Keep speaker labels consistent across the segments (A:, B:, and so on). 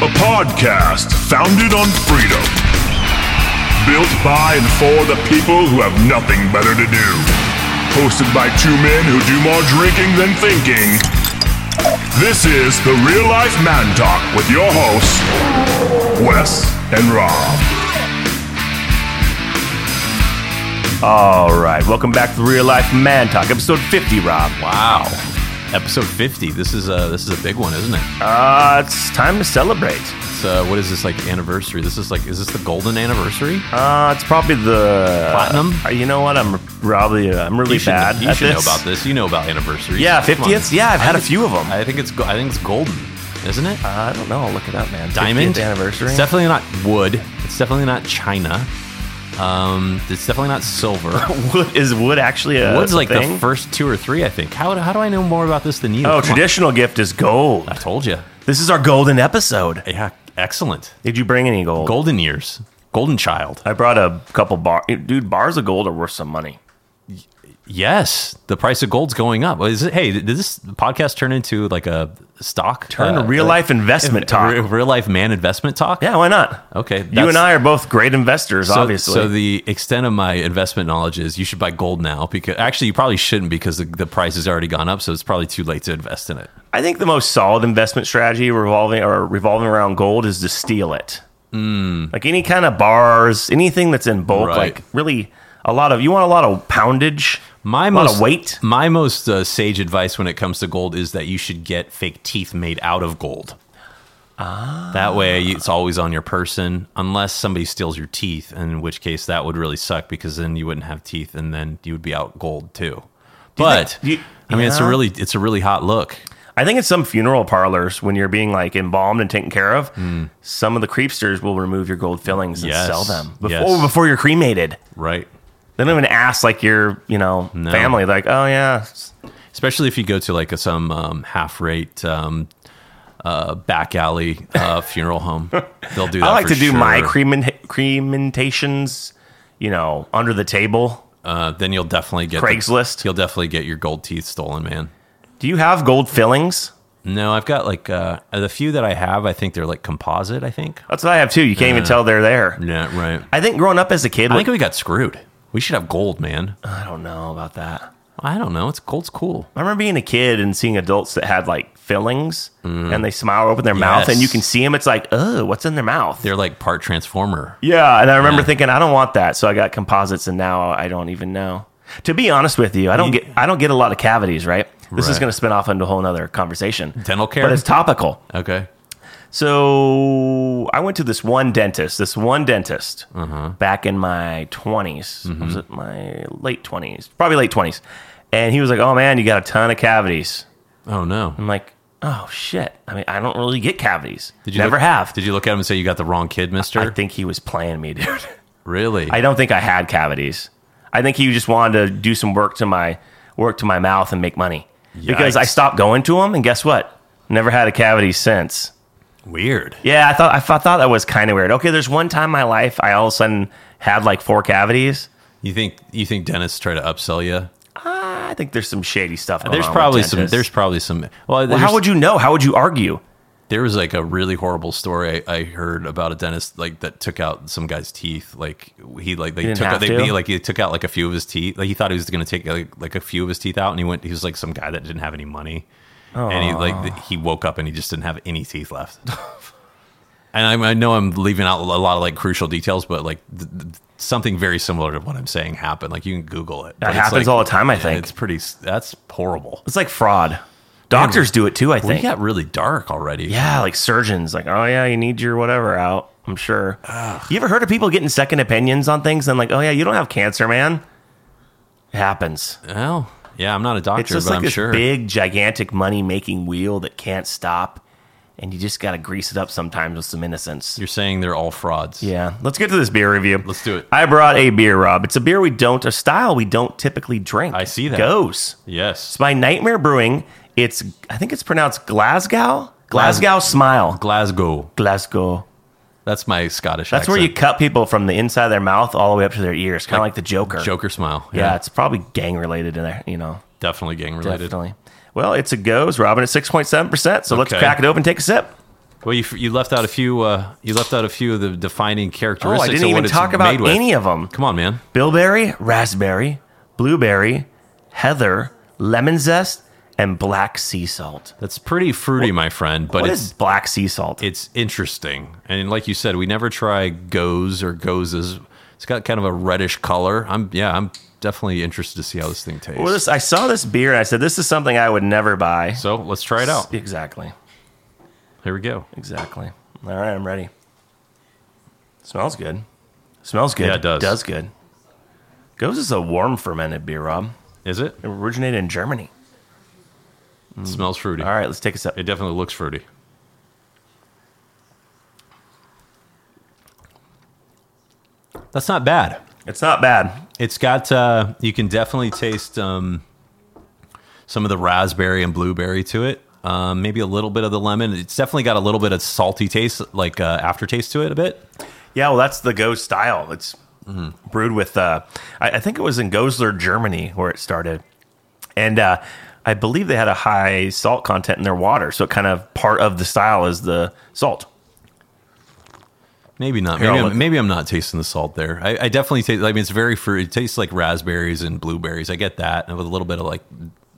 A: A podcast founded on freedom. Built by and for the people who have nothing better to do. Hosted by two men who do more drinking than thinking. This is the Real Life Man Talk with your hosts, Wes and Rob.
B: All right, welcome back to the Real Life Man Talk, episode 50, Rob.
C: Wow. Episode 50. This is a this is a big one, isn't it?
B: Uh, it's time to celebrate.
C: It's uh, what is this like anniversary? This is like is this the golden anniversary?
B: Uh, it's probably the
C: Platinum?
B: Uh, you know what? I'm probably uh, I'm really
C: you should,
B: bad.
C: you
B: at
C: should know
B: this.
C: about this. You know about anniversaries.
B: Yeah,
C: Come on.
B: 50th. Yeah, I've
C: I
B: had a
C: think-
B: few of them.
C: I think it's go- I think it's golden, isn't it?
B: I don't know. I'll look it up, man. 50th
C: Diamond
B: Uh, anniversary.
C: It's definitely not wood. It's definitely not china. Um, it's definitely not silver.
B: wood is wood actually a
C: Wood's like
B: thing?
C: the first two or three, I think. How, how do I know more about this than you?
B: Oh,
C: Come on.
B: traditional gift is gold.
C: I told you.
B: This is our golden episode.
C: Yeah, excellent.
B: Did you bring any gold?
C: Golden years, golden child.
B: I brought a couple bar. Dude, bars of gold are worth some money.
C: Yes, the price of gold's going up. Is it, hey, did this podcast turn into like a stock?
B: Turn
C: uh,
B: to real
C: uh,
B: life investment talk.
C: Real, real life man investment talk.
B: yeah, why not?
C: Okay.
B: You
C: Oh, that's-
B: and I are both great investors,
C: So,
B: obviously.
C: so the extent of my investment knowledge is you should buy gold now because actually you probably shouldn't because the, the price has already gone up, so it's probably too late to invest in it.
B: I think the most solid investment strategy revolving or revolving around gold is to steal it. Mm. Like any kind of bars, anything that's in
C: Hmm.
B: bulk,
C: Right.
B: like really a lot of you want a lot of poundage,
C: My
B: a lot
C: most
B: of weight.
C: My most uh, sage advice when it comes to gold is that you should get fake teeth made out of gold.
B: Ah.
C: That way, you- it's always on your person, unless somebody steals your teeth, in which case that would really suck because then you wouldn't have teeth, and then you would be out gold too. But
B: do you-
C: I mean, it's a
B: yeah.
C: really it's a really hot look.
B: I think in some funeral parlors, when you're being like embalmed and taken care of, some of the creepsters will remove your gold fillings and
C: Hmm. Yes.
B: sell them before
C: Yes.
B: before you're cremated.
C: Right.
B: They don't even ask like your you know family, like oh yeah,
C: especially if you go to like a, some um, half rate um, uh, back alley uh, funeral home. They'll do. That
B: I like
C: Oh, for
B: to do my
C: sure.
B: cremant- crementations, you know, under the table.
C: Uh, then you'll definitely get the-
B: Craigslist.
C: you'll definitely get your gold teeth stolen, man.
B: Do you have gold fillings?
C: No, I've got like uh, the few that I have. I think they're like composite. I think.
B: That's what I have too. You can't even tell they're there.
C: Yeah, right.
B: I think growing up as a kid,
C: I
B: like, I,
C: think we got screwed. We should have gold, man.
B: don't know about that.
C: I don't know. It's gold's cool.
B: I remember being a kid and seeing adults that had like fillings and they smile open their mouth and
C: Mm. Yes.
B: you can see them. It's like, oh, what's in their mouth?
C: They're like part transformer.
B: yeah. And I remember thinking, I don't want that. So I got composites and now I don't even know. To be honest with you, I don't get I don't get a lot of cavities, right? This is
C: Right.
B: going to spin off into a whole nother conversation.
C: Dental care?
B: But it's topical.
C: Okay.
B: So I went to this one dentist, this one dentist
C: Uh-huh.
B: back in my 20s.
C: Mm-hmm.
B: Was it my late 20s? Probably late 20s. And he was like, oh man, you got a ton of cavities.
C: Oh no.
B: I'm like, oh shit. I mean, I don't really get cavities.
C: Did you
B: Never
C: look-
B: have.
C: Did you look at him and say you got the wrong kid, Mister?
B: I think he was playing me, dude.
C: really?
B: I don't think I had cavities. I think he just wanted to do some work to my work to my mouth and make money. Because I
C: Yikes.
B: stopped going to him and guess what? Never had a cavity since.
C: Weird.
B: Yeah, I thought I thought that was kind of weird. Okay, there's one time in my life I all of a sudden had like four cavities.
C: You think you think dentists try to upsell you?
B: I think there's some shady stuff. Going
C: There's
B: on with
C: probably some.
B: dentists.
C: There's probably some. Well,
B: Well, how would you know? How would you argue?
C: There was like a really horrible story I, I heard about a dentist like that took out some guy's teeth. Like he like they
B: didn't
C: took out
B: have
C: they,
B: to?
C: he, like he took out like a few of his teeth. Like he thought he was going to take like, like a few of his teeth out, and he went. He was like some guy that didn't have any money, and he like th- he woke up and he just didn't have any teeth left. and I, I know I'm leaving out a lot of like crucial details, but like th- th- something very similar to what I'm saying happened. Like you can Google it. But
B: That
C: it's,
B: happens
C: like-
B: all the time. I think
C: It's pretty. s- That's horrible.
B: it's like fraud. Doctors do it too. I
C: We
B: think.
C: got really dark already.
B: yeah, like surgeons. Like, oh yeah, you need your whatever out. I'm sure. You ever heard of people getting second opinions on things? And like, oh yeah, you don't have cancer, man. It happens.
C: Well, yeah, I'm not a doctor,
B: It's just
C: but
B: like
C: I'm
B: this
C: sure.
B: big, gigantic money making wheel that can't stop, and you just got to grease it up sometimes with some innocence.
C: You're saying they're all frauds.
B: Yeah, let's get to this beer review.
C: Let's do it.
B: I brought a beer, Rob. It's a beer we don't, a style we don't typically drink.
C: I see that.
B: Goes.
C: Yes.
B: It's by Nightmare Brewing. It's, I think it's pronounced Glasgow. Glasgow Smile.
C: Glasgow.
B: Glasgow.
C: That's my Scottish
B: That's where you cut people from the inside of their mouth all the way up to their ears, kind of like, the Joker.
C: Joker smile.
B: Yeah, it's probably gang related in there, you know.
C: Definitely gang related.
B: Definitely. Well, it's a goes, Robin, at 6.7%. So let's
C: Okay.
B: crack it open, take a sip.
C: Well, you, you left out a few. Uh, you left out a few of the defining
B: Oh,
C: characteristics.
B: I didn't
C: of what
B: even
C: it's
B: talk
C: made
B: about
C: with.
B: any of them.
C: Come on, man.
B: Bilberry, raspberry, blueberry, heather, lemon zest, and black sea salt.
C: That's pretty fruity, my friend. But
B: What
C: it's
B: is black sea salt?
C: it's interesting. And like you said, we never try goes or gozes. It's got kind of a reddish color. I'm yeah, I'm definitely interested to see how this thing tastes.
B: well, this, I saw this beer and I said, this is something I would never buy.
C: so let's try it out.
B: Exactly.
C: Here we go.
B: Exactly. All right, I'm ready. Smells good. Smells good.
C: Yeah, it does.
B: Does good. Goes is a warm fermented beer, Rob.
C: Is it?
B: It originated in Germany. Mm.
C: It smells fruity.
B: All right, let's take a sip.
C: It definitely looks fruity. That's not bad.
B: It's not bad.
C: It's got uh, you can definitely taste um, some of the raspberry and blueberry to it. Um, maybe a little bit of the lemon. It's definitely got a little bit of salty taste, like uh, aftertaste to it a bit.
B: Yeah, well, that's the Ghost style. It's brewed with, uh, I, I think it was in Goslar, Germany, where it started, and uh, I believe they had a high salt content in their water, so kind of part of the style is the salt.
C: Maybe not.
B: Here,
C: Maybe
B: I'll
C: I'm,
B: look.
C: maybe I'm not tasting the salt there. I, I definitely taste. I mean, it's very fruit. It tastes like raspberries and blueberries. I get that, and with a little bit of like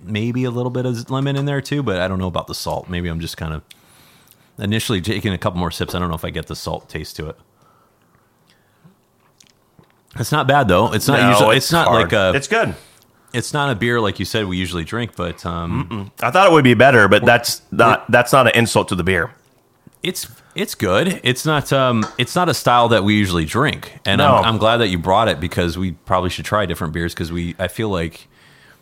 C: maybe a little bit of lemon in there too. But I don't know about the salt. Maybe I'm just kind of initially taking a couple more sips. I don't know if I get the salt taste to it. It's not bad though. It's not.
B: No,
C: usually, it's, not
B: hard.
C: like a.
B: It's
C: It's,
B: good.
C: not a beer like you said we usually drink, but um,
B: I thought it would be better, but that's not that's not an insult to the beer.
C: it's it's good. It's not um it's not a style that we usually drink, and
B: No.
C: I'm, I'm glad that you brought it because we probably should try different beers because we I feel like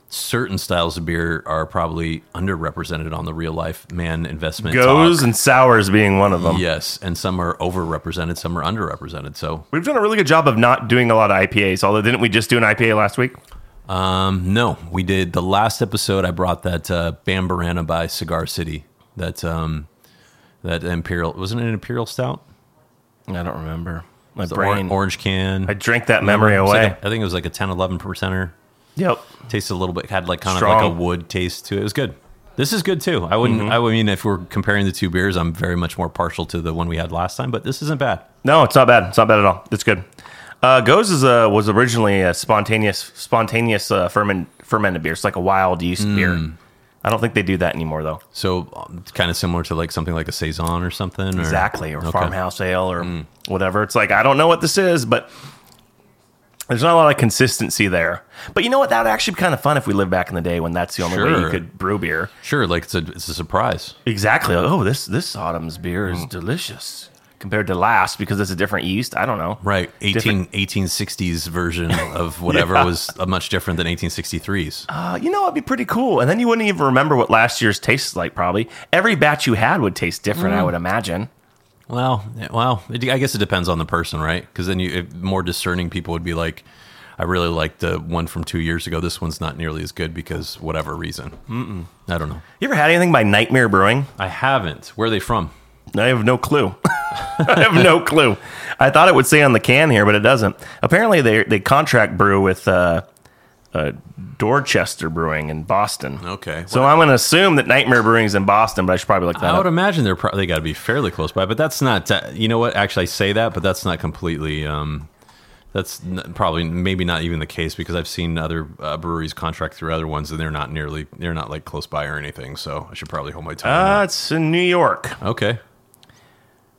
C: certain styles of beer are probably underrepresented on the real life man investment
B: Goes
C: talk.
B: and sours being one of them.
C: yes, and some are overrepresented, some are underrepresented. So
B: We've done a really good job of not doing a lot of IPAs. Although, didn't we just do an IPA last week?
C: um no, we did the last episode. I brought that uh, Bambarana by Cigar City. That um that imperial wasn't it an imperial stout?
B: I don't remember. My
C: The
B: brain.
C: or- orange can.
B: I drank that memory
C: It was
B: away.
C: like a- I think it was like a 10, 11 percenter.
B: yep.
C: tasted a little bit had like kind of like
B: Strong. Mm-hmm.
C: a wood taste to it. It was good. This is good too. I wouldn't. I would mean, if we're comparing the two beers, I'm very much more partial to the one we had last time, but this isn't bad.
B: No, it's not bad. It's not bad at all. It's good. Uh, Goes is a, was originally a spontaneous spontaneous uh, ferment, fermented beer. It's like a wild yeast
C: Mm.
B: beer. I don't think they do that anymore though.
C: So um, it's kind of similar to like something like a saison or something. Or,
B: Exactly, or
C: Okay. Mm.
B: farmhouse ale or whatever. It's like I don't know what this is, but there's not a lot of consistency there. But you know what? That would actually be kind of fun if we lived back in the day when that's the only way you
C: Sure.
B: could brew beer.
C: Sure, like it's a it's a surprise.
B: Exactly. Like, oh, this this autumn's beer
C: Mm.
B: is delicious compared to last because it's a different yeast. I don't know.
C: Right, 18,
B: Different-
C: 1860s version of whatever was uh, much different than 1863's.
B: Uh, you know, it'd be pretty cool. And then you wouldn't even remember what last year's tastes like. Probably every batch you had would taste different. I would imagine.
C: Well, yeah, well, it, I guess it depends on the person, right? Because then you if more discerning people would be like, I really like the one from two years ago. This one's not nearly as good because whatever reason. Mm-mm. I don't know.
B: You ever had anything by Nightmare Brewing?
C: I haven't. Where are they from?
B: I have no clue. I have no clue. I thought it would say on the can here, but it doesn't. Apparently, they they contract brew with uh, uh, Dorchester Brewing in Boston.
C: Okay.
B: So I'm going to assume that Nightmare Brewing's in Boston, but I should probably look that
C: I would
B: up.
C: imagine they're probably got to be fairly close by, but that's not. Uh, you know what? Actually, I say that, but that's not completely. Um, that's n- probably maybe not even the case because I've seen other uh, breweries contract through other ones, and they're not nearly. They're not like close by or anything. So I should probably hold my tongue. on
B: Uh, it's in New York.
C: that. okay.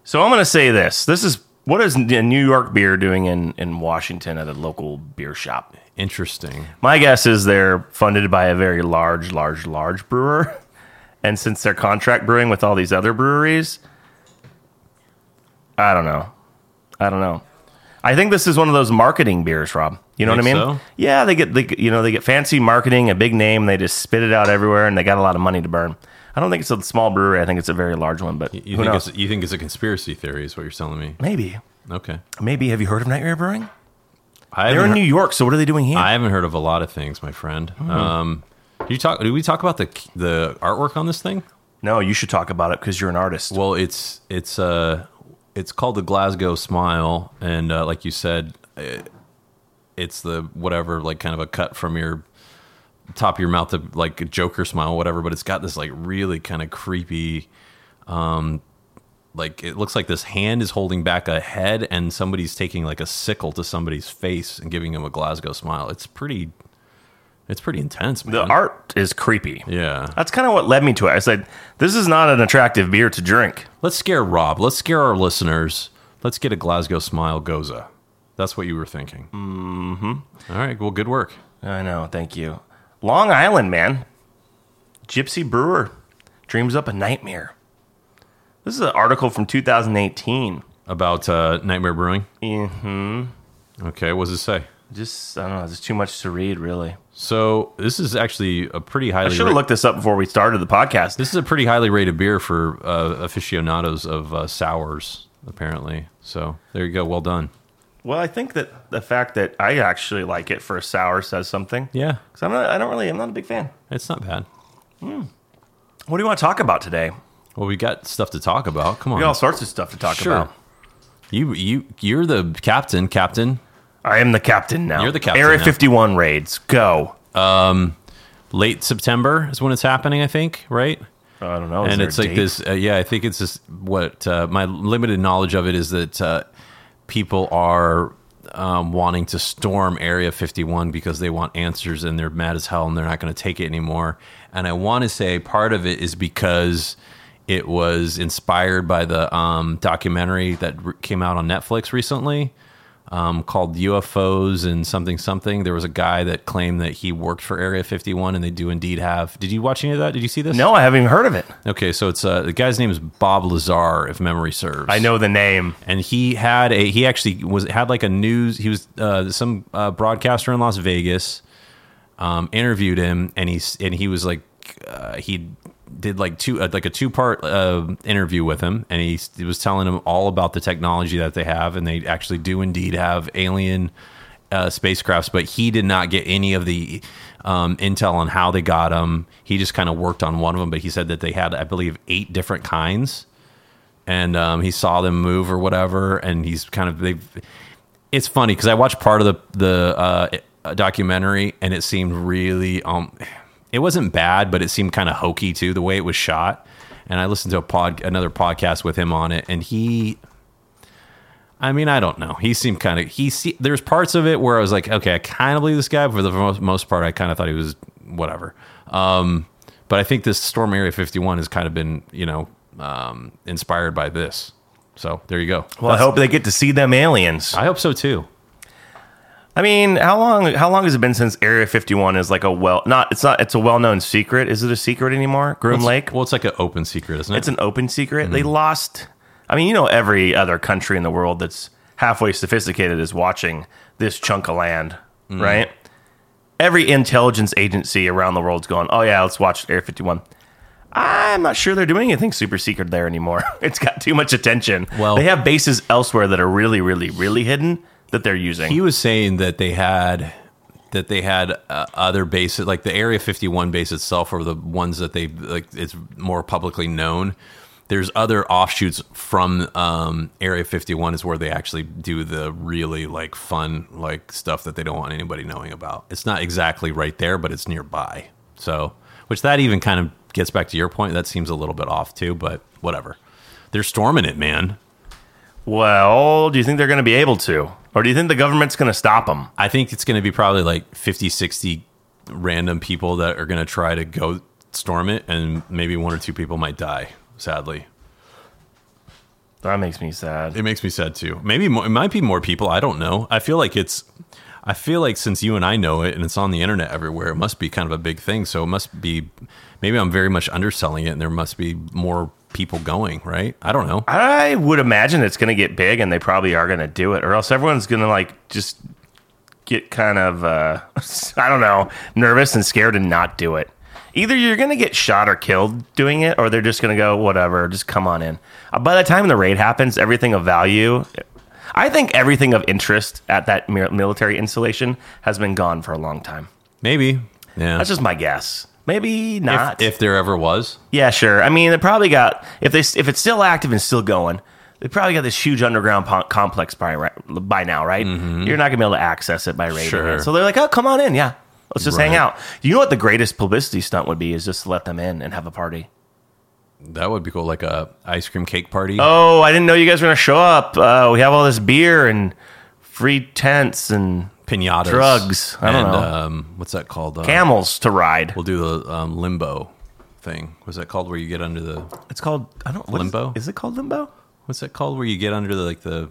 B: So I'm going to say this. This is what is a New York beer doing in, in Washington at a local beer shop?
C: Interesting.
B: My guess is they're funded by a very large, large, large brewer. And since they're contract brewing with all these other breweries, I don't know. I don't know. I think this is one of those marketing beers, Rob. You know what I
C: Think
B: mean?
C: so?
B: Yeah, they get they, get- you know they get fancy marketing, a big name, they just spit it out everywhere, and they got a lot of money to burn. I don't think it's a small brewery. I think it's a very large one, but
C: You
B: who
C: think
B: knows?
C: it's you think it's a conspiracy theory is what you're telling me.
B: Maybe,
C: Okay.
B: maybe. Have you heard of Nightmare Brewing?
C: I
B: They're
C: haven't,
B: in
C: heard,
B: New York, Mm-hmm. so what are they doing here?
C: I haven't heard of a lot of things, my friend. Um you talk did we talk about the the artwork on this thing?
B: no, you should talk about it because you're an artist.
C: Well, it's it's uh it's called the Glasgow Smile and uh, like you said it, it's the whatever like kind of a cut from your top of your mouth to like a Joker smile whatever, but it's got this like really kind of creepy um, like it looks like this hand is holding back a head and somebody's taking like a sickle to somebody's face and giving them a Glasgow smile. It's pretty it's pretty intense, man.
B: The art is creepy.
C: Yeah.
B: That's kind of what led me to it. I said, this is not an attractive beer to drink.
C: Let's scare Rob. Let's scare our listeners. Let's get a Glasgow smile goza. That's what you were thinking. Mm-hmm. All right. Well, good work.
B: I know. Thank you. Long Island, man. Gypsy Brewer dreams up a nightmare. This is an article from 2018.
C: About uh, Nightmare Brewing.
B: hmm
C: Okay. What does it say?
B: Just, I don't know. There's too much to read, really.
C: So this is actually a pretty highly.
B: I should have
C: ra-
B: looked this up before we started the podcast.
C: This is a pretty highly rated beer for uh, aficionados of uh, sours, apparently. So there you go. Well done.
B: Well, I think that the fact that I actually like it for a sour says something.
C: Yeah,
B: Because I'm not, I don't really, I'm not a big fan.
C: it's not bad.
B: What do you want to talk about today?
C: Well, we got stuff to talk about. Come on.
B: We got all sorts of stuff to talk
C: Sure.
B: about.
C: You you you're the captain, captain.
B: I am the captain now.
C: You're the captain
B: Area
C: now.
B: 51 raids. Go.
C: Late September is when it's happening, I think, right?
B: I don't know. is
C: and
B: there
C: it's
B: a
C: like
B: date?
C: this uh, yeah i think it's just what uh, my limited knowledge of it is that uh, people are um, wanting to storm area 51 because they want answers and they're mad as hell and they're not going to take it anymore and i want to say part of it is because it was inspired by the um, documentary that re- came out on netflix recently um, called UFOs and something something. There was a guy that claimed that he worked for Area 51, and they do indeed have. Did you watch any of that? Did you see this?
B: No, I haven't even heard of it.
C: Okay, so it's uh, the guy's name is Bob Lazar, if memory serves.
B: I know the name.
C: and he had a he actually was had like a news. He was uh, some uh, broadcaster in Las Vegas um, interviewed him, and he's and he was like uh, he did like two uh, like a two part uh, interview with him, and he, s- he was telling him all about the technology that they have, and they actually do indeed have alien uh, spacecrafts, but he did not get any of the um, intel on how they got them. He just kind of worked on one of them, but he said that they had, I believe, eight different kinds, and um, he saw them move or whatever, and he's kind of they've it's funny because I watched part of the the uh, uh, documentary and it seemed really um, it wasn't bad, but it seemed kind of hokey too the way it was shot. And I listened to a pod another podcast with him on it, and he, I mean, I don't know, he seemed kind of he see there's parts of it where I was like, okay, I kind of believe this guy, but for the most, most part, I kind of thought he was whatever. Um, but I think this Storm Area 51 has kind of been you know um, inspired by this. So there you go.
B: Well, I hope they get to see them aliens.
C: I hope so too.
B: I mean, how long how long has it been since Area 51 is like a well not it's not it's a well-known secret. Is it a secret anymore? Groom
C: It's-
B: Lake?
C: Well, it's like an open secret, isn't it?
B: It's an open secret. They lost I mean, you know every other country in the world that's halfway sophisticated is watching this chunk of land, right? Every intelligence agency around the world's going, "Oh yeah, let's watch Area 51." I'm not sure they're doing anything super secret there anymore. it's got too much attention.
C: Well-
B: they have bases elsewhere that are really really really hidden that they're using.
C: he was saying that they had that they had uh, other bases, like the Area 51 base itself, or the ones that they like. It's more publicly known. There's other offshoots from um, Area 51 is where they actually do the really like fun like stuff that they don't want anybody knowing about. It's not exactly right there, but it's nearby. So, which that even kind of gets back to your point. That seems a little bit off too, but whatever. They're storming it, man.
B: Well, do you think they're going to be able to? Or do you think the government's going to stop them?
C: I think it's going to be probably like 50, 60 random people that are going to try to go storm it, and maybe one or two people might die, sadly.
B: That makes me sad.
C: It makes me sad too. Maybe more, it might be more people. I don't know. I feel like it's. I feel like since you and I know it and it's on the internet everywhere, it must be kind of a big thing. So it must be. Maybe I'm very much underselling it, and there must be more people going. Right? I don't know.
B: I would imagine it's going to get big and they probably are going to do it, or else everyone's going to like just get kind of, uh, I don't know, nervous and scared and not do it. Either you're going to get shot or killed doing it, or they're just going to go, whatever, just come on in. Uh, By the time the raid happens, everything of value, I think everything of interest at that mi- military installation has been gone for a long time.
C: Maybe. Yeah.
B: That's just my guess. Maybe not.
C: if, if there ever was.
B: Yeah, sure. I mean, they probably got if they if it's still active and still going, they probably got this huge underground po- complex by ri- by now, right? You're not gonna be able to access it by raiding.
C: Sure.
B: it. So they're like, oh, come on in, yeah, let's just hang
C: Right.
B: out. You know what the greatest publicity stunt would be is just to let them in and have a party.
C: That would be cool, like a ice cream cake party.
B: Oh, I didn't know you guys were gonna show up. Uh, we have all this beer and free tents and
C: pinatas,
B: drugs. I don't
C: and,
B: know.
C: Um, what's that called? Uh,
B: camels to ride.
C: We'll do the um, limbo thing. What's that called? Where you get under the?
B: It's called I don't what is-
C: Limbo?
B: Is, it called limbo?
C: What's that called? Where you get under the like the?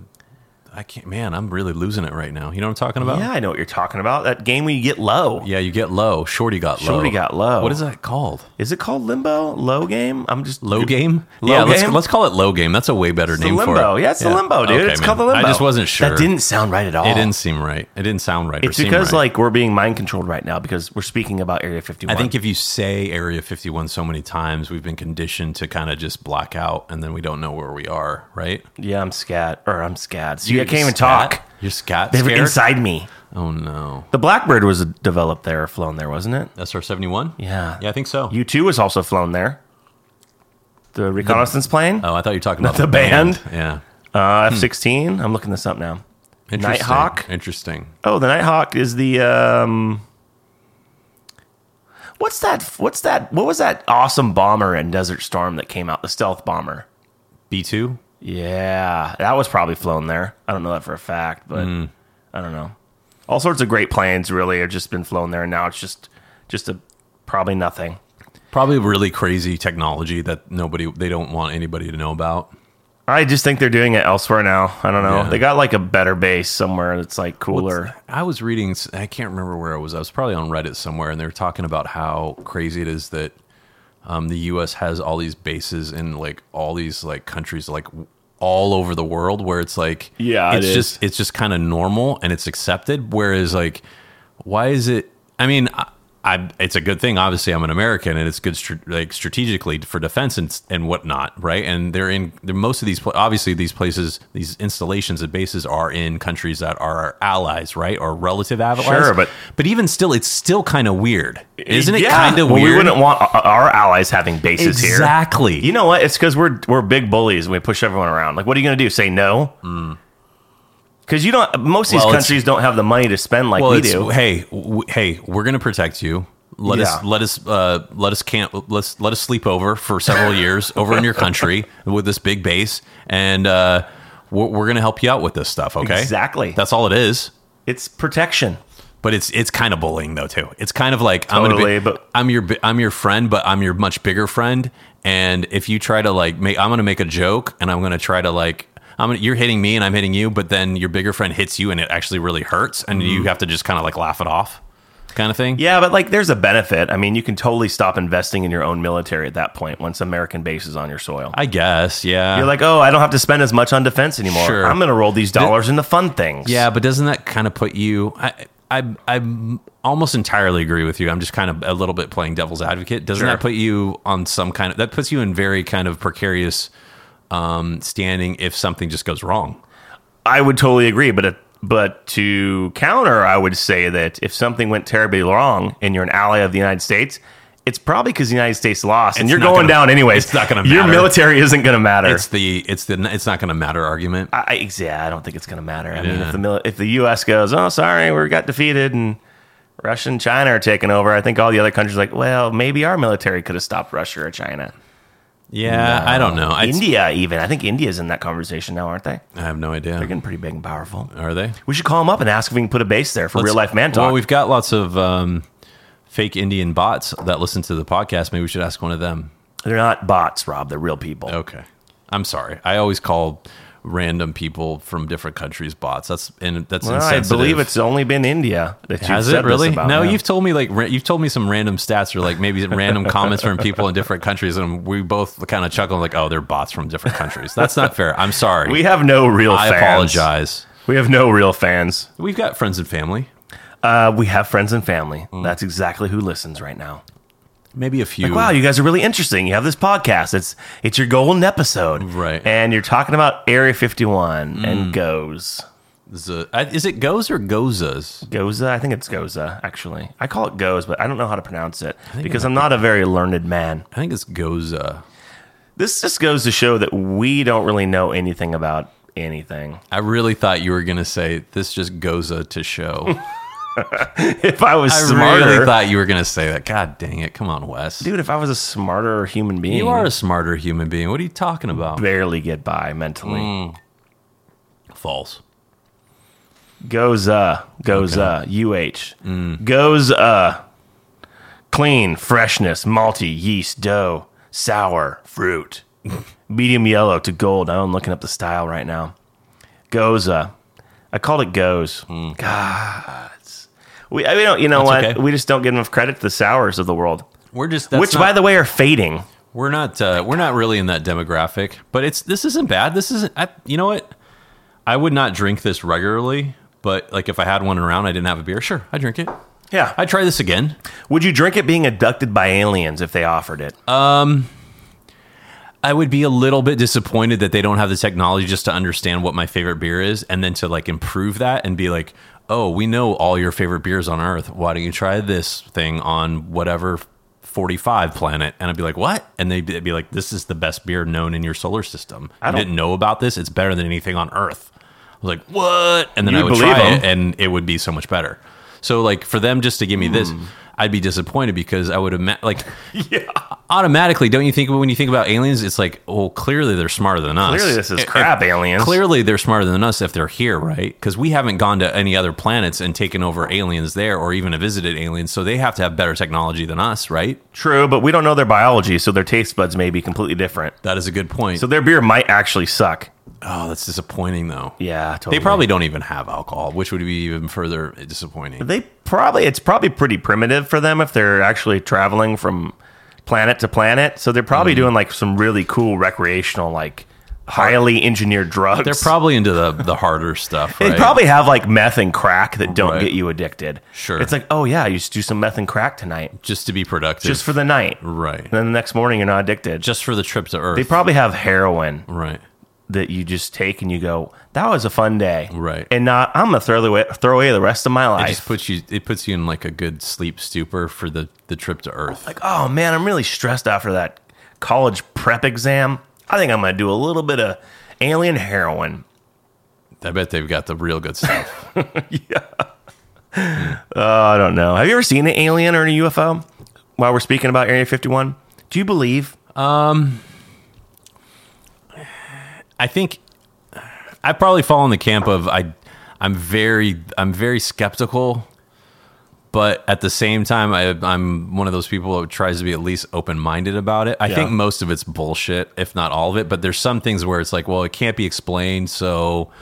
C: I can't. Man, I'm really losing it right now. You know what I'm talking about?
B: Yeah, I know what you're talking about. That game where you get low.
C: Yeah, you get low. Shorty got low.
B: Shorty got low.
C: What is that called?
B: Is it called limbo? Low game? I'm just
C: Low game?
B: Low
C: yeah, Let's,
B: game?
C: let's call it low game. That's a way better
B: It's the
C: name
B: limbo.
C: for it.
B: Yeah, it's the limbo, dude.
C: Okay,
B: it's
C: man.
B: called the limbo.
C: I just wasn't sure.
B: That didn't sound right at all.
C: It didn't seem right. It didn't sound right. or
B: It's
C: seem
B: because
C: right.
B: like we're being mind controlled right now because we're speaking about Area 51.
C: I think if you say Area 51 so many times, we've been conditioned to kind of just black out, and then we don't know where we are, right?
B: yeah, I'm scat or I'm scat. See, I can't even
C: Scat?
B: talk.
C: You're scat.
B: They were
C: scared?
B: inside me.
C: Oh no,
B: The Blackbird was developed there, flown there, wasn't it?
C: SR 71.
B: Yeah.
C: yeah, I think so.
B: U2 was also flown there. The reconnaissance plane,
C: oh, I thought you were talking about
B: The
C: Yeah,
B: uh, F-16. I'm looking this up now.
C: Interesting.
B: Nighthawk?
C: Interesting.
B: Oh, the Nighthawk is the um. What's that? What's that? What was that awesome bomber in Desert Storm that came out? The stealth bomber.
C: B two.
B: Yeah, that was probably flown there. I don't know that for a fact, but
C: Hmm.
B: I don't know. All sorts of great planes really have just been flown there, and now it's just just a probably nothing.
C: Probably really crazy technology that nobody they don't want anybody to know about.
B: I just think they're doing it elsewhere now. I don't know.
C: Yeah.
B: They got like a better base somewhere that's like cooler.
C: I was reading, I can't remember where I was. I was probably on Reddit somewhere, and they were talking about how crazy it is that um, the U.S. has all these bases in like all these like countries, like w- all over the world, where it's like,
B: Yeah, it
C: it's
B: is.
C: just it's just kind of normal and it's accepted. Whereas like, why is it? I mean. I, I, it's a good thing. Obviously, I'm an American, and it's good str- like strategically for defense and and whatnot, right? And they're in they're, most of these. pla- Obviously, these places, these installations and bases are in countries that are our allies, right, or relative allies.
B: Sure, but-
C: but even still, it's still kind of weird, isn't it?
B: Yeah.
C: Kind of
B: Well,
C: weird.
B: We wouldn't want o- our allies having bases here.
C: exactly.
B: You know what? It's because we're we're big bullies and we push everyone around. Like, what are you going to do? Say no? Because you don't. Most of these
C: Mm. Well, it's-
B: countries don't have the money to spend like
C: well,
B: we
C: it's,
B: do.
C: Hey, w- hey, we're gonna protect you. Let us
B: Yeah.
C: let us uh, let us camp let's let us sleep over for several years over in your country with this big base, and uh, we're, we're gonna help you out with this stuff. Okay,
B: Exactly.
C: That's all it is.
B: It's protection.
C: But it's it's kind of bullying though too. It's kind of like
B: Totally,
C: I'm gonna be,
B: but-
C: I'm your bi- I'm your friend, but I'm your much bigger friend. And if you try to like make, I'm gonna make a joke, and I'm gonna try to like. I'm gonna, you're hitting me and I'm hitting you, but then your bigger friend hits you and it actually really hurts, and you have to just kind of like laugh it off, kind of thing.
B: Mm-hmm. Yeah, but like, there's a benefit. I mean, you can totally stop investing in your own military at that point once American base is on your soil.
C: I guess. Yeah,
B: You're like, oh, I don't have to spend as much on defense anymore.
C: Sure.
B: I'm going to roll these dollars into fun things.
C: yeah, but doesn't that kind of put you? I I I almost entirely agree with you. I'm just kind of a little bit playing devil's advocate. Doesn't
B: Sure.
C: that put you on some kind of that puts you in very kind of precarious um, standing if something just goes wrong?
B: I would totally agree, but but to counter, I would say that if something went terribly wrong and you're an ally of the United States, it's probably because the United States lost, and
C: It's
B: you're
C: not
B: going
C: gonna-
B: down anyways.
C: it's not gonna
B: Your
C: matter.
B: military isn't going to matter.
C: It's the it's the it's not going to matter argument.
B: I, I- yeah, I don't think it's going to matter. I mean,
C: Yeah.
B: if the mil- if the U.S. goes, oh, sorry, we got defeated, and Russia and China are taking over, I think all the other countries are like, well, maybe our military could have stopped Russia or China,
C: yeah, I don't know. I,
B: India even. I think India's in that conversation now, aren't they?
C: I have no idea.
B: They're getting pretty big and powerful.
C: Are they?
B: We should call them up and ask if we can put a base there for
C: Let's-
B: real life man talk.
C: Well, we've got lots of um, fake Indian bots that listen to the podcast. Maybe we should ask one of them.
B: They're not bots, Rob. They're real people.
C: Okay. I'm sorry. I always call random people from different countries bots. That's and that's
B: Well, I
C: insensitive.
B: believe it's only been India that you've
C: Has it
B: said
C: really?
B: This about.
C: No,
B: Yeah.
C: you've told me like ra- you've told me some random stats or like maybe random comments from people in different countries, and we both kind of chuckle like, "Oh, they're bots from different countries." That's not fair. I'm sorry.
B: We have no real.
C: I
B: fans.
C: apologize.
B: We have no real fans.
C: We've got friends and family.
B: Uh, we have friends and family. That's exactly who listens right now.
C: Maybe a few.
B: Wow, you guys are really interesting. You have this podcast. It's it's your golden episode,
C: Right. Mm.
B: And you're talking about Area 51 and Goes
C: Z- I- Is it goes or gozas?
B: Goza. I think it's Goza actually. I call it Goes, but I don't know how to pronounce it because I'm not a very learned man.
C: I think it's goza.
B: This just goes to show that we don't really know anything about anything.
C: I really thought you were gonna say this just goza to show.
B: if I was
C: I
B: smarter,
C: really thought you were going to say that. God dang it. Come on, Wes.
B: dude, if I was a smarter human being,
C: you are a smarter human being. What are you talking about?
B: barely get by mentally.
C: Mm. False.
B: Goes uh, goes uh, uh,
C: Mm.
B: goes uh, clean, freshness, malty, yeast, dough, sour, fruit, medium yellow to gold. I'm looking up the style right now. Goes uh, I called it goes. God, we I, we don't. You know
C: Mm. That's
B: what?
C: okay.
B: We just don't get enough credit to the sours of the world,
C: We're just that's
B: which,
C: not-
B: by the way, are fading.
C: We're not uh, we're not really in that demographic, but it's this isn't bad. This isn't I, you know what? I would not drink this regularly, but like if I had one around, I didn't have a beer. Sure, I drink it.
B: Yeah.
C: I try this again.
B: Would you drink it being abducted by aliens if they offered it?
C: I would be a little bit disappointed that they don't have the technology just to understand what my favorite beer is, and then to like improve that and be like, oh, we know all your favorite beers on Earth. Why don't you try this thing on whatever? 45 planet and I'd be like what and they'd be, they'd be like this is the best beer known in your solar system I
B: don't-
C: didn't know about this it's better than anything on earth I was like what and then
B: You
C: I would
B: believe
C: try
B: them.
C: it and it would be so much better so like for them just to give me
B: Hmm.
C: this I'd be disappointed because I would have met like automatically, don't you think when you think about aliens, it's like, well, clearly they're smarter than us.
B: Clearly, this is
C: If-
B: crap, aliens.
C: Clearly they're smarter than us if they're here, right? Because we haven't gone to any other planets and taken over aliens there, or even visited aliens. So they have to have better technology than us, right?
B: True, but we don't know their biology, so their taste buds may be completely different.
C: That is a good point.
B: So their beer might actually suck.
C: oh, that's disappointing, though.
B: Yeah, totally.
C: They probably don't even have alcohol, which would be even further disappointing.
B: they probably it's probably pretty primitive for them if they're actually traveling from planet to planet. So they're
C: Mm.
B: probably doing like some really cool recreational, like highly engineered drugs.
C: They're probably into the the harder stuff.
B: they
C: right?
B: probably have like meth and crack that don't
C: Right.
B: get you addicted.
C: Sure.
B: it's like oh yeah, you just do some meth and crack tonight,
C: just to be productive,
B: just for the night,
C: right,
B: And then the next morning you're not addicted.
C: just for the trip to Earth,
B: they probably have heroin.
C: right.
B: that you just take and you go, that was a fun day,
C: Right.
B: And not, I'm gonna throw away throw away the rest of my
C: It
B: life.
C: just puts you. It puts you in like a good sleep stupor for the the trip to Earth.
B: like, oh man, I'm really stressed after that college prep exam. I think I'm gonna do a little bit of alien heroin.
C: I bet they've got the real good stuff.
B: Oh, I don't know. Have you ever seen an alien or a UFO? While we're speaking about Area 51, do you believe?
C: I think I probably fall in the camp of I. I'm very I'm very skeptical, but at the same time I, I'm one of those people who tries to be at least open minded about it. I think most of it's bullshit, if not all of it. But there's some things where it's like, well, it can't be explained, so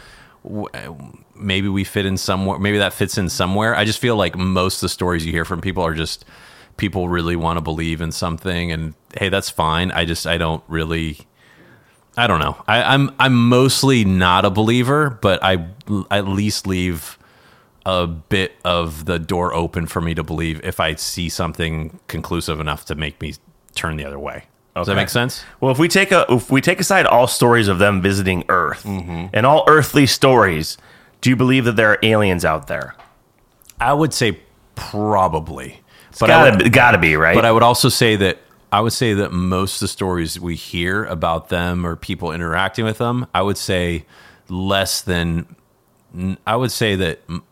C: maybe we fit in somewhere maybe that fits in somewhere i just feel like most of the stories you hear from people are just people really want to believe in something and hey that's fine i just i don't really i don't know I, i'm i'm mostly not a believer but i l- at least leave a bit of the door open for me to believe if i see something conclusive enough to make me turn the other way does that
B: Okay.
C: make sense
B: Well, if we take a if we take aside all stories of them visiting Earth
C: Mm-hmm.
B: and all earthly stories, do you believe that there are aliens out there?
C: i would say probably but I
B: gotta
C: would-
B: be- gotta be right.
C: But I would also say that I would say that most of the stories we hear about them or people interacting with them, I would say less than I would say that m-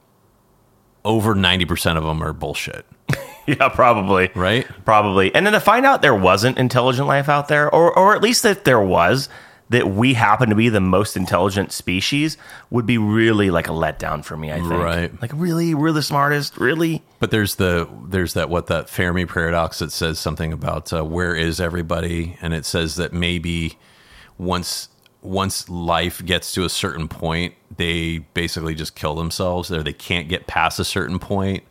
C: over 90% of them are bullshit,
B: yeah, probably
C: right?
B: Probably. And then to find out there wasn't intelligent life out there, or or at least that there was, that we happen to be the most intelligent species would be really like a letdown for me, I think.
C: Right.
B: Like really, we're the smartest, really?
C: But there's the there's that what that Fermi paradox that says something about uh, where is everybody, and it says that maybe once once life gets to a certain point, they basically just kill themselves, or they can't get past a certain point,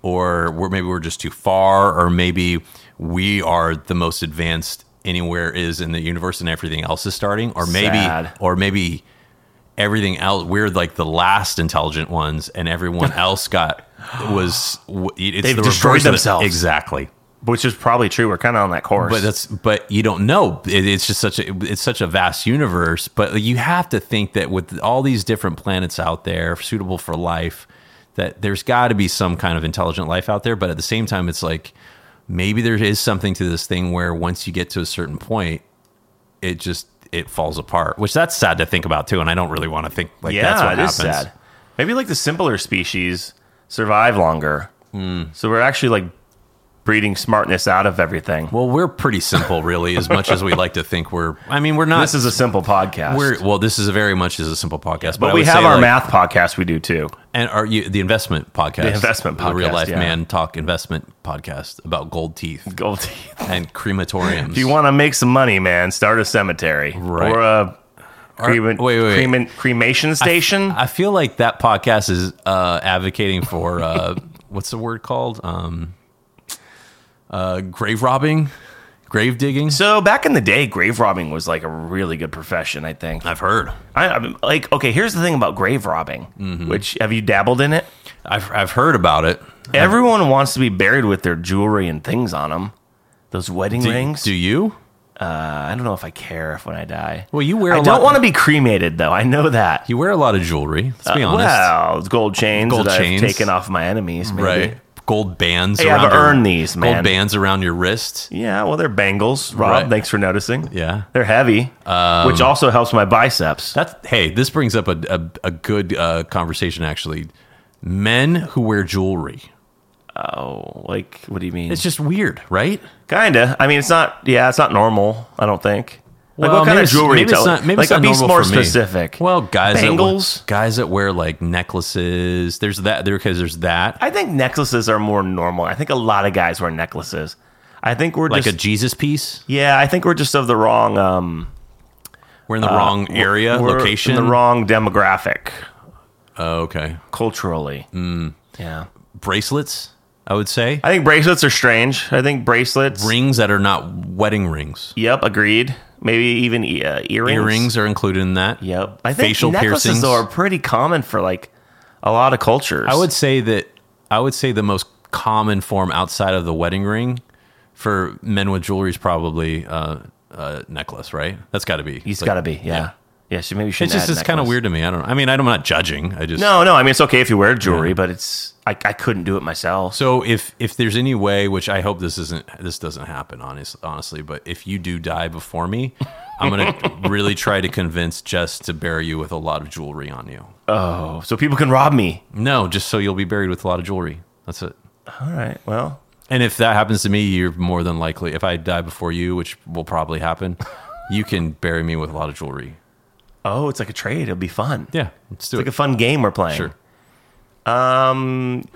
C: or we're, maybe we're just too far, or maybe we are the most advanced anywhere is in the universe, and everything else is starting, or maybe
B: Sad.
C: or maybe everything else we're like the last intelligent ones and everyone else got was w- it's
B: They've
C: the
B: destroyed
C: reverse of-
B: themselves.
C: exactly
B: Which is probably true. We're kinda on that course.
C: but that's but you don't know it, it's just such a it's such a vast universe but you have to think that with all these different planets out there suitable for life that there's got to be some kind of intelligent life out there but at the same time it's like maybe there is something to this thing where once you get to a certain point it just it falls apart which that's sad to think about too and i don't really want to think like
B: yeah,
C: that's what
B: it is
C: happens
B: sad. Maybe like the simpler species survive longer.
C: Hmm.
B: So we're actually like breeding smartness out of everything.
C: Well, we're pretty simple, really, as much as we like to think we're. I mean, we're not.
B: This is a simple podcast.
C: we're, well, this is a very much is a simple podcast, but, I
B: but we
C: would
B: have
C: say,
B: our
C: like,
B: math podcast we do too.
C: and our you, the investment podcast,
B: The investment podcast,
C: real life
B: yeah.
C: man talk investment podcast about gold teeth
B: Gold teeth.
C: and crematoriums.
B: If you want to make some money, man, start a cemetery
C: Right.
B: or a
C: wait,
B: crema-
C: wait, wait.
B: crema- cremation station.
C: I feel like that podcast is uh, advocating for uh, what's the word called? Um, uh, grave robbing, grave digging.
B: so back in the day, grave robbing was like a really good profession. I think.
C: I've heard.
B: I, I'm like, okay, here's the thing about grave robbing,
C: Mm-hmm.
B: which have you dabbled in it?
C: I've I've heard about it.
B: Everyone wants to be buried with their jewelry and things on them. Those wedding
C: Do,
B: rings.
C: do you?
B: I don't know if I care if when I die.
C: Well, you wear.
B: I
C: a
B: don't
C: lot-
B: want to be cremated though. I know that.
C: You wear a lot of jewelry. Let's be honest.
B: Uh, Well, it's gold chains
C: Gold
B: that
C: chains.
B: I've taken off my enemies. Maybe.
C: right? Gold bands.
B: Hey, I've
C: around your,
B: earned these, man.
C: Gold bands around your wrist.
B: Yeah, well, they're bangles, Rob.
C: Right.
B: Thanks for noticing.
C: Yeah.
B: They're heavy,
C: Um,
B: which also helps my biceps.
C: That's hey. This brings up a a, a good uh, conversation actually. Men who wear jewelry.
B: Oh, like, what do you mean?
C: It's just weird, right?
B: Kinda. I mean, it's not. Yeah, it's not normal. I don't think. Like,
C: Well,
B: what kind
C: maybe
B: of
C: it's-
B: jewelry?
C: Maybe
B: tell-
C: it's not. Maybe
B: like,
C: it's not
B: be
C: normal
B: more
C: for me.
B: specific.
C: Well, guys,
B: Bangles?
C: That wear, guys that wear like necklaces. There's that there because there's that
B: I think necklaces are more normal. I think a lot of guys wear necklaces. I think we're
C: like
B: just.
C: a Jesus piece.
B: yeah, I think we're just of the wrong um
C: We're in the wrong area,
B: Uh, we're
C: location.
B: in the wrong demographic
C: Oh, okay,
B: culturally.
C: Hmm.
B: Yeah,
C: bracelets. I would say
B: I think bracelets are strange. I think bracelets.
C: rings that are not wedding rings.
B: Yep, agreed. Maybe even e- uh, earrings.
C: Earrings are included in that.
B: Yep. I think
C: Facial
B: necklaces
C: piercings.
B: though, are pretty common for like a lot of cultures.
C: I would say that I would say the most common form outside of the wedding ring for men with jewelry is probably uh, a necklace, right? That's got to be.
B: He's
C: Like,
B: got to be. Yeah. Yeah. So maybe she.
C: It's just it's kind of weird to me. I don't. I mean, I don't- I'm not judging. I just
B: No, no. I mean, it's okay if you wear jewelry, but it's I, I couldn't do it myself.
C: So if if there's any way, which I hope this isn't, this doesn't happen, honest, honestly. But if you do die before me, I'm gonna really try to convince Jess to bury you with a lot of jewelry on you.
B: oh, so people can rob me.
C: No, just so you'll be buried with a lot of jewelry. That's it.
B: All right. Well,
C: And if that happens to me, you're more than likely. If I die before you, which will probably happen, you can bury me with a lot of jewelry.
B: oh, it's like a trade. It'll be fun.
C: Yeah, let's do
B: It's like a
C: it.
B: fun game we're playing. Um,
C: Sure.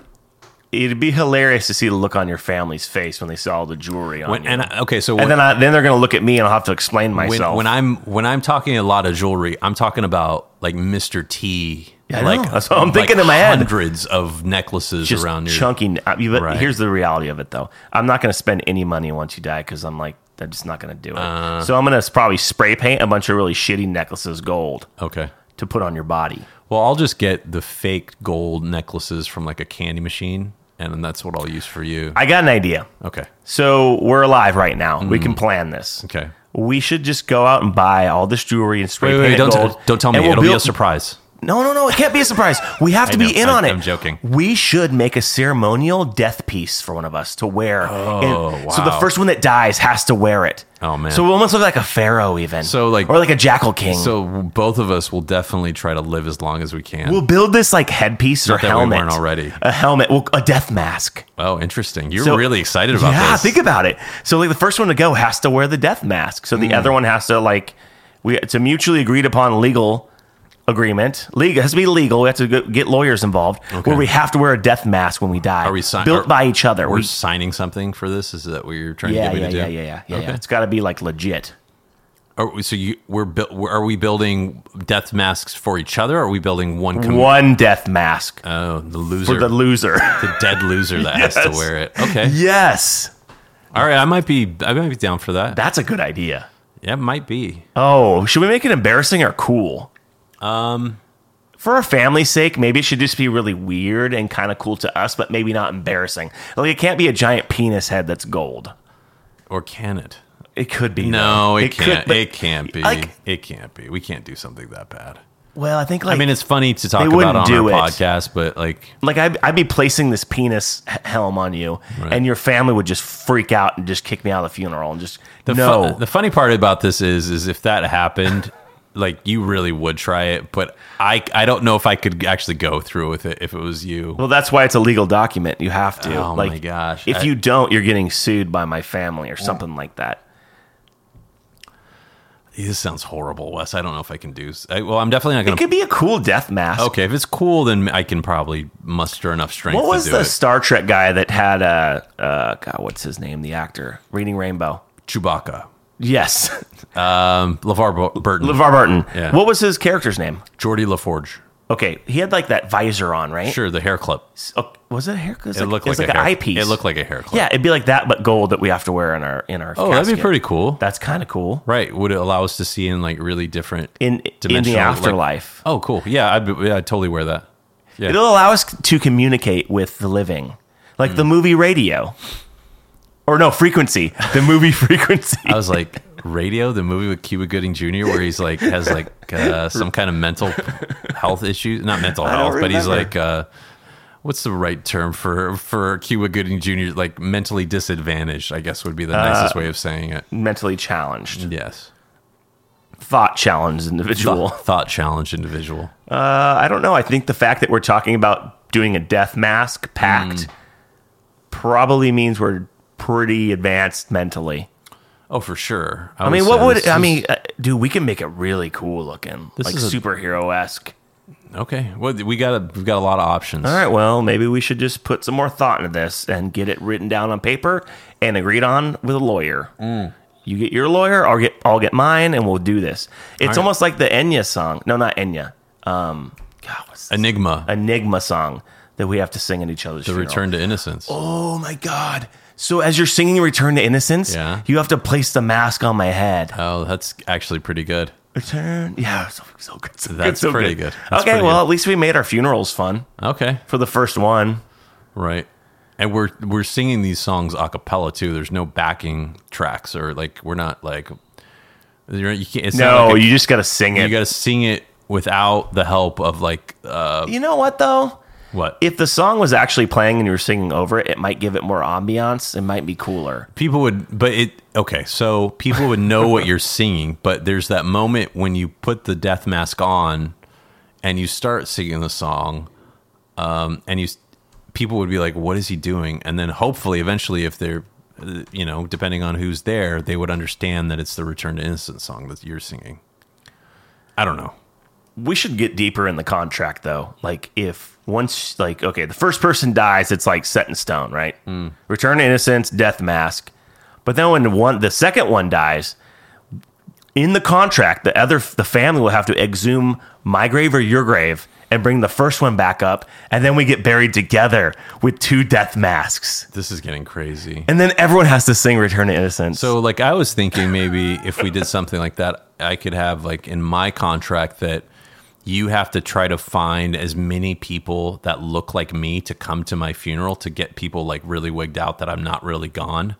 B: It'd be hilarious to see the look on your family's face when they saw all the jewelry on
C: When,
B: you.
C: and I, okay, so
B: and
C: when,
B: then I, then they're gonna look at me and I'll have to explain
C: when,
B: myself.
C: when I'm when I'm talking a lot of jewelry, I'm talking about like Mr. T.
B: Yeah, I know.
C: like
B: That's what I'm
C: like
B: thinking in my head.
C: Hundreds of necklaces
B: just
C: around your
B: chunky. n- I mean, but
C: Right.
B: here's the reality of it, though. I'm not going to spend any money once you die because I'm like, I'm just not going to do it.
C: Uh.
B: so I'm going to probably spray paint a bunch of really shitty necklaces gold
C: Okay.
B: to put on your body.
C: Well, I'll just get the fake gold necklaces from like a candy machine, and then that's what I'll use for you.
B: I got an idea.
C: Okay.
B: So we're alive right now. We can plan this.
C: Mm. Okay.
B: We should just go out and buy all this jewelry and spray
C: Wait, wait,
B: paint
C: wait,
B: it
C: don't
B: gold.
C: t- don't tell me.
B: and we'll
C: It'll be a
B: build-
C: surprise.
B: No, no, no. It can't be a surprise. We have to
C: I know.
B: be in
C: I-
B: on it.
C: I'm joking.
B: We should make a ceremonial death piece for one of us to wear. Oh, So the
C: wow.
B: first one that dies has to wear it.
C: Oh, man.
B: So we almost look like a pharaoh, even.
C: So, like-
B: or like a jackal king. So
C: So both of us will definitely try to live as long as we can.
B: we'll build this like headpiece or
C: Not that we
B: helmet
C: weren't already.
B: A helmet, well, a death mask.
C: oh, interesting. You're
B: So-
C: really excited about
B: yeah,
C: this.
B: think about it. So like the first one to go has to wear the death mask. So the
C: Hmm.
B: other one has to like we it's a mutually agreed upon legal agreement. Legal it has to be legal. We have to go, get lawyers involved where we have to wear a death mask when we die.
C: Are we sign-
B: built
C: are-
B: by each other?
C: We're
B: We-
C: signing something for this. Is that what you're trying
B: yeah,
C: to
B: yeah,
C: get me
B: yeah, yeah,
C: to do?
B: yeah, yeah,
C: Okay.
B: yeah. It's got to be like legit.
C: Are we, so you we're buil- we're- are we building death masks for each other? Or are we building one? Com-
B: One death mask
C: oh, the loser,
B: for the
C: the,
B: loser.
C: dead loser that has to
B: Yes.
C: wear it. Okay,
B: yes,
C: all right. I might be I might be down for that.
B: that's a good idea.
C: Yeah, might be.
B: Oh, should we make it embarrassing or cool? Um, for our family's sake, maybe it should just be really weird and kind of cool to us, but maybe not embarrassing. Like it can't be a giant penis head that's gold.
C: Or can it?
B: It could be.
C: No,
B: though.
C: it, can't.
B: but-
C: it can't be.
B: like-
C: it can't be. We can't do something that bad.
B: well, I think like
C: I mean, it's funny to talk
B: they
C: about
B: wouldn't
C: on
B: do
C: our
B: it.
C: podcast, but like,
B: like I'd, I'd be placing this penis h- helm on you, and your family would just freak out and just kick me out of the funeral and just
C: The
B: no.
C: fu- the funny part about this is, is if that happened, like you really would try it, but I I don't know if I could actually go through with it if it was you.
B: Well, that's why it's a legal document. You have to.
C: Oh, my
B: like,
C: gosh.
B: If
C: I-
B: you don't, you're getting sued by my family or something like that.
C: This sounds horrible, Wes. I don't know if I can do. s- I, well, I'm definitely not
B: It
C: gonna.
B: could be a cool death mask.
C: okay, if it's cool, then I can probably muster enough strength.
B: What was
C: to
B: the
C: do it.
B: Star Trek guy that had uh, uh, God, what's his name? The actor, Reading Rainbow.
C: Chewbacca?
B: Yes,
C: Um, LeVar Bo- Burton,
B: LeVar Burton.
C: Yeah.
B: What was his character's name?
C: Geordie LaForge.
B: Okay, he had like that visor on, right?
C: Sure, the hair clip.
B: Oh, was it a haircut? It, was
C: It looked
B: it was
C: like, a
B: an
C: hair,
B: eyepiece.
C: It looked like a hair clip.
B: yeah, it'd be like that, but gold that we have to wear in our in our.
C: Oh, that'd be
B: casket.
C: pretty cool.
B: That's kind of cool
C: right? Would it allow us to see in like really different
B: in in the
C: dimensional, like-
B: afterlife.
C: oh, cool. Yeah, I'd, be- yeah, I'd totally wear that. Yeah.
B: It'll allow us to communicate with the living, like
C: Hmm.
B: the movie Radio, or no frequency. The movie frequency.
C: I was like, Radio, the movie with Cuba Gooding Jr., where he's like has like uh, some kind of mental health issue, not mental
B: don't
C: health, but he's
B: remember.
C: like, uh, what's the right term for for Cuba Gooding Jr. like mentally disadvantaged? I guess would be
B: Uh,
C: the nicest way of saying it.
B: mentally challenged,
C: Yes,
B: thought challenged individual.
C: thought, thought challenge individual.
B: Uh, I don't know. I think the fact that we're talking about doing a death mask pact
C: Hmm.
B: probably means we're pretty advanced mentally.
C: Oh, for sure.
B: I mean,
C: would
B: what
C: say
B: would
C: this
B: I
C: is-
B: mean, uh, dude? We can make it really cool looking,
C: This
B: like
C: is a-
B: superhero esque.
C: Okay, well, we got a, we've got a lot of options.
B: All right, well, maybe we should just put some more thought into this and get it written down on paper and agreed on with a lawyer.
C: Hmm.
B: You get your lawyer, I'll get I'll get mine, and we'll do this. It's
C: right.
B: almost like the Enya song. No, not Enya. Um, God, what's the
C: Enigma,
B: Enigma song that we have to sing at each other's.
C: the
B: funeral.
C: return to innocence.
B: Oh my God! So as you're singing "Return to Innocence,"
C: Yeah.
B: you have to place the mask on my head.
C: Oh, that's actually pretty good.
B: Return, yeah, so, so good. so
C: That's
B: so
C: pretty good. That's
B: okay,
C: pretty
B: well,
C: good.
B: at least we made our funerals fun
C: Okay,
B: for the first one.
C: Right. And we're we're singing these songs a cappella too. There's no backing tracks or like we're not like you're, you can't. It's not
B: No,
C: like a-
B: you just got to sing
C: you,
B: it.
C: got to sing it without the help of like uh
B: You know what though?
C: what
B: If the song was actually playing and you were singing over it, it might give it more ambiance. It might be cooler.
C: people would. But it okay. So people would know what you're singing, but there's that moment when you put the death mask on and you start singing the song, um, and you s- people would be like, "What is he doing?" And then hopefully, eventually, if they're uh, you know, depending on who's there, they would understand that it's the Return to Innocence song that you're singing. I don't know.
B: We should get deeper in the contract though. Like if once like okay, the first person dies, it's like set in stone, right?
C: Mm.
B: Return to innocence, death mask. But then when one the second one dies, in the contract, the other the family will have to exhume my grave or your grave and bring the first one back up, and then we get buried together with two death masks.
C: This is getting crazy.
B: And then everyone has to sing Return to Innocence.
C: So, like, I was thinking maybe if we did something like that, I could have like in my contract that you have to try to find as many people that look like me to come to my funeral to get people like really wigged out that I'm not really gone.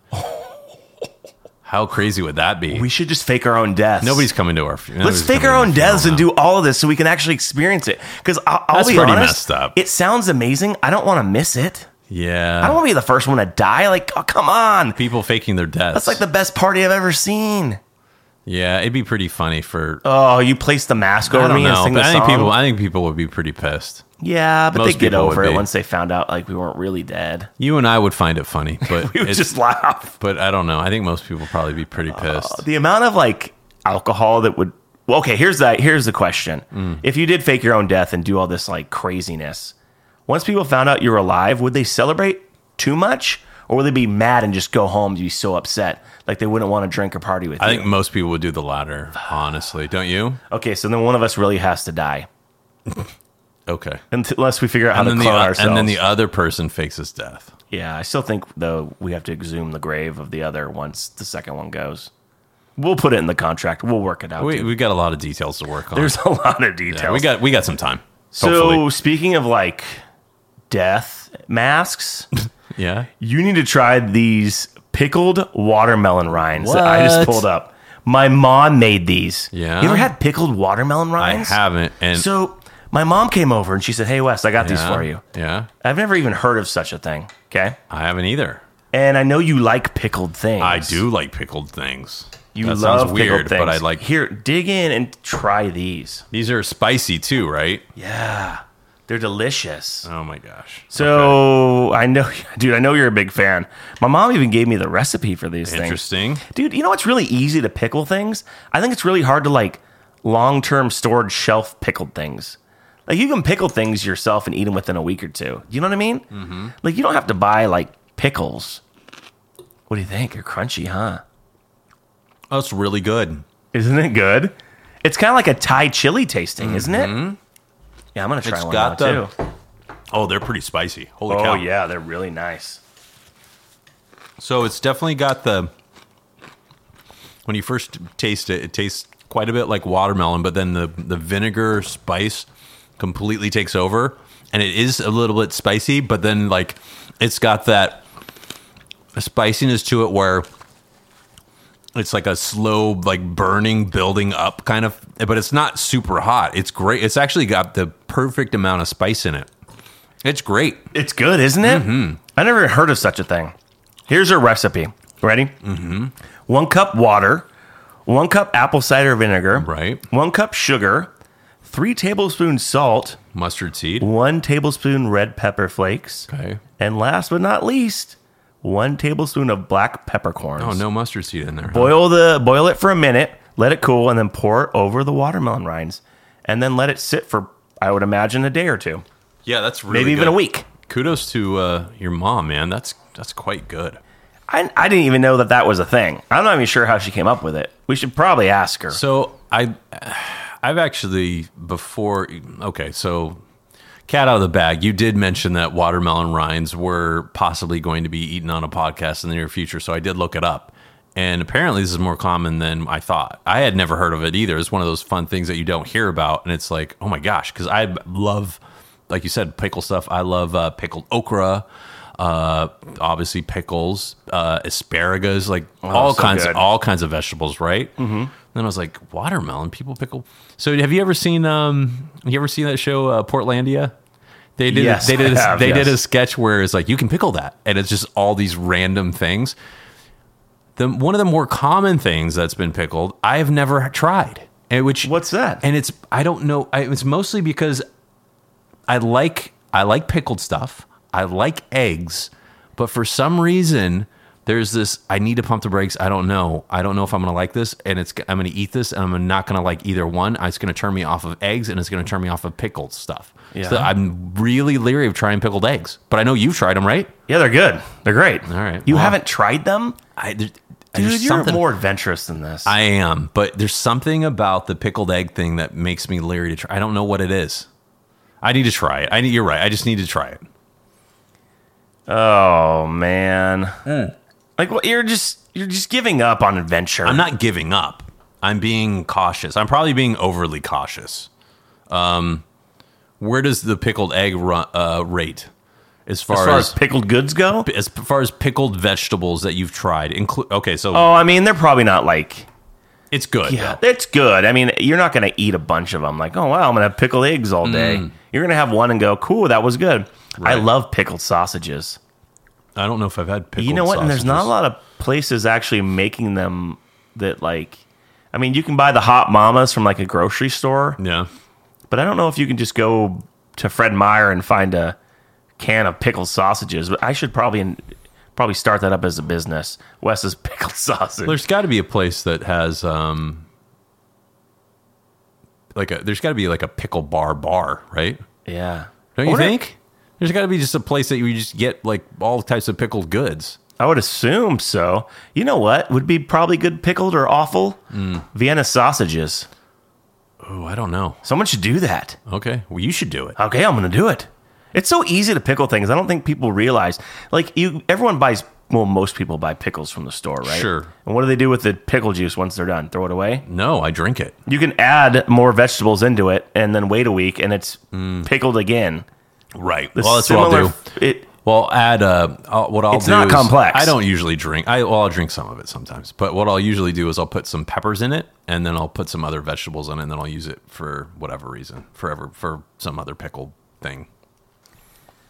C: How crazy would that be?
B: We should just fake our own deaths.
C: Nobody's coming to our funeral.
B: Let's fake our own deaths and do all of this so we can actually experience it. Because I'll, I'll
C: That's
B: be
C: pretty
B: honest,
C: messed up.
B: it sounds amazing. I don't want to miss it. I don't
C: Yeah.
B: want to be the first one to die. Like, oh, come on.
C: People faking their deaths.
B: That's like the best party I've ever seen.
C: yeah, it'd be pretty funny for.
B: Oh, you place the mask
C: I
B: over
C: don't
B: me and
C: know,
B: sing the
C: but I think
B: song.
C: people. I think people would be pretty pissed.
B: yeah, but
C: Most
B: they get
C: people would
B: over it
C: be.
B: once they found out like we weren't really dead.
C: You and I would find it funny, but
B: We would
C: it's-
B: just laugh.
C: But I don't know. I think most people would probably be
B: Uh,
C: pretty pissed.
B: The amount of like alcohol that would. Well, okay, here's the here's the question.
C: Mm.
B: If you did fake your own death and do all this like craziness, once people found out you were alive, would they celebrate too much, or would they be mad and just go home to be so upset, like they wouldn't want to drink or party with
C: I
B: you?
C: think most people would do the latter, honestly. Don't you?
B: okay, so then one of us really has to die,
C: Okay.
B: Unt- unless we figure out how
C: And
B: to
C: then,
B: clone
C: the,
B: ourselves.
C: and then the other person fakes his death.
B: yeah, I still think though we have to exhume the grave of the other once the second one goes. We'll put it in the contract. We'll work it out.
C: We,
B: dude.
C: we got a lot of details to work on.
B: There's a lot of details.
C: Yeah, we got we got some time.
B: So
C: hopefully.
B: speaking of like death masks,
C: yeah.
B: you need to try these pickled watermelon rinds that I just
C: What?
B: pulled up. My mom made these.
C: Yeah?
B: You ever had pickled watermelon
C: I
B: rinds?
C: haven't and
B: So my mom came over and she said, "Hey Wes, I got these
C: yeah,
B: for you."
C: Yeah.
B: I've never even heard of such a thing. Okay,
C: I haven't either.
B: and I know you like pickled things.
C: I do like pickled things.
B: You
C: That sounds
B: love
C: weird,
B: weird, things.
C: but I like-
B: Here, dig in and try these.
C: These are spicy too, right?
B: Yeah, they're delicious.
C: Oh my gosh.
B: So I know, dude. I know you're a big fan. My mom even gave me the recipe for these things.
C: Interesting.
B: Dude, you know it's really easy to pickle things. I think it's really hard to like long-term storage shelf pickled things. Like you can pickle things yourself and eat them within a week or two. You know what I mean? Mm-hmm. Like you don't have to buy like pickles. What do you think? You're crunchy, huh?
C: Oh, it's really good.
B: Isn't it good? It's kind of like a Thai chili tasting, isn't it? Yeah, I'm gonna try
C: Mm-hmm. It's
B: one
C: got
B: now
C: the-
B: too.
C: Oh, they're pretty spicy. Holy
B: Oh
C: cow.
B: yeah, they're really nice.
C: So it's definitely got the when you first taste it, it tastes quite a bit like watermelon, but then the the vinegar spice completely takes over, and it is a little bit spicy, but then like it's got that spiciness to it where it's like a slow like burning building up kind of but it's not super hot it's great it's actually got the perfect amount of spice in it it's great
B: It's good, isn't it?
C: Mm-hmm.
B: I never heard of such a thing. Here's a recipe. Ready? Mm-hmm. One cup water, one cup apple cider vinegar,
C: Right.
B: One cup sugar, three tablespoons salt,
C: mustard seed
B: one tablespoon red pepper flakes,
C: okay
B: and last but not least, one tablespoon of black peppercorns.
C: oh no mustard seed in there huh?
B: Boil the boil it for a minute, let it cool, and then pour it over the watermelon rinds, and then let it sit for I would imagine a day or two,
C: Yeah, that's really
B: maybe even
C: good.
B: a week.
C: Kudos to uh, your mom, man. That's that's quite good.
B: I, I didn't even know that that was a thing. I'm not even sure how she came up with it. We should probably ask her.
C: So I, I've actually before. Okay, so cat out of the bag. You did mention that watermelon rinds were possibly going to be eaten on a podcast in the near future. So I did look it up, and apparently this is more common than I thought. I had never heard of it either. It's one of those fun things that you don't hear about, and it's like, oh my gosh, because I love, like you said, pickle stuff. I love uh, pickled okra. Uh, obviously pickles, uh, asparagus, like all
B: Oh, so
C: kinds,
B: good.
C: of, all kinds of vegetables, right? Mm-hmm. then I was like, watermelon, people pickle. So have you ever seen, um, you ever seen that show, uh, Portlandia? They did.
B: Yes,
C: they did. A,
B: I have,
C: they did a
B: yes.
C: sketch where it's like you can pickle that, and it's just all these random things. The one of the more common things that's been pickled, I've never tried. And which
B: What's that?
C: And it's I don't know. I, it's mostly because I like I like pickled stuff. I like eggs, but for some reason there's this I need to pump the brakes. I don't know. I don't know if I'm going to like this and it's I'm going to eat this and I'm not going to like either one. It's going to turn me off of eggs and it's going to turn me off of pickled stuff. So
B: Yeah.
C: I'm really leery of trying pickled eggs. But I know you've tried them, right?
B: yeah, they're good. They're great. All
C: right.
B: You
C: Well-
B: haven't tried them?
C: I there-
B: Dude,
C: there's
B: you're
C: something-
B: more adventurous than this.
C: I am, but there's something about the pickled egg thing that makes me leery to try. I don't know what it is. I need to try it. I need, you're right. I just need to try it.
B: oh man. Like well, you're just you're just giving up on adventure.
C: I'm not giving up. I'm being cautious. I'm probably being overly cautious. Um, where does the pickled egg run, uh, rate as far
B: as
C: as
B: far as pickled goods go?
C: as, far as pickled vegetables that you've tried? Include okay, so
B: Oh, I mean, they're probably not like
C: it's good.
B: yeah,
C: though.
B: it's good. I mean, you're not going to eat a bunch of them. Like, oh wow, I'm going to have pickled eggs all day. You're going to have one and go, cool, that was good. I
C: Mm. Right.
B: love pickled sausages.
C: I don't know if I've had pickled.
B: you know what? And there's not a
C: sausages.
B: lot of places actually making them that like. I mean, you can buy the hot mamas from like a grocery store,
C: Yeah,
B: but I don't know if you can just go to Fred Meyer and find a can of pickled sausages. But I should probably probably start that up as a business. Wes's pickled sausage.
C: there's got to be a place that has um, like a there's got to be like a pickle bar bar, right?
B: yeah.
C: Don't you
B: I wonder-
C: think? There's got to be just a place that you just get like all types of pickled goods.
B: I would assume so. You know what would be probably good pickled or awful?
C: Hmm.
B: Vienna sausages.
C: Oh, I don't know.
B: Someone should do that.
C: Okay. Well, you should do it.
B: okay, I'm going to do it. It's so easy to pickle things. I don't think people realize. Like you, everyone buys. Well, most people buy pickles from the store, right?
C: Sure.
B: And what do they do with the pickle juice once they're done? Throw it away.
C: No, I drink it.
B: You can add more vegetables into it, and then wait a week, and it's pickled again.
C: Right.
B: The
C: Mm. well, that's what I'll
B: similar-
C: do.
B: It,
C: Well, add uh, I'll- what I'll
B: It's
C: do.
B: not
C: is-
B: complex.
C: I don't usually drink. I well, I'll drink some of it sometimes. But what I'll usually do is I'll put some peppers in it, and then I'll put some other vegetables in it, and then I'll use it for whatever reason, forever for some other pickle thing,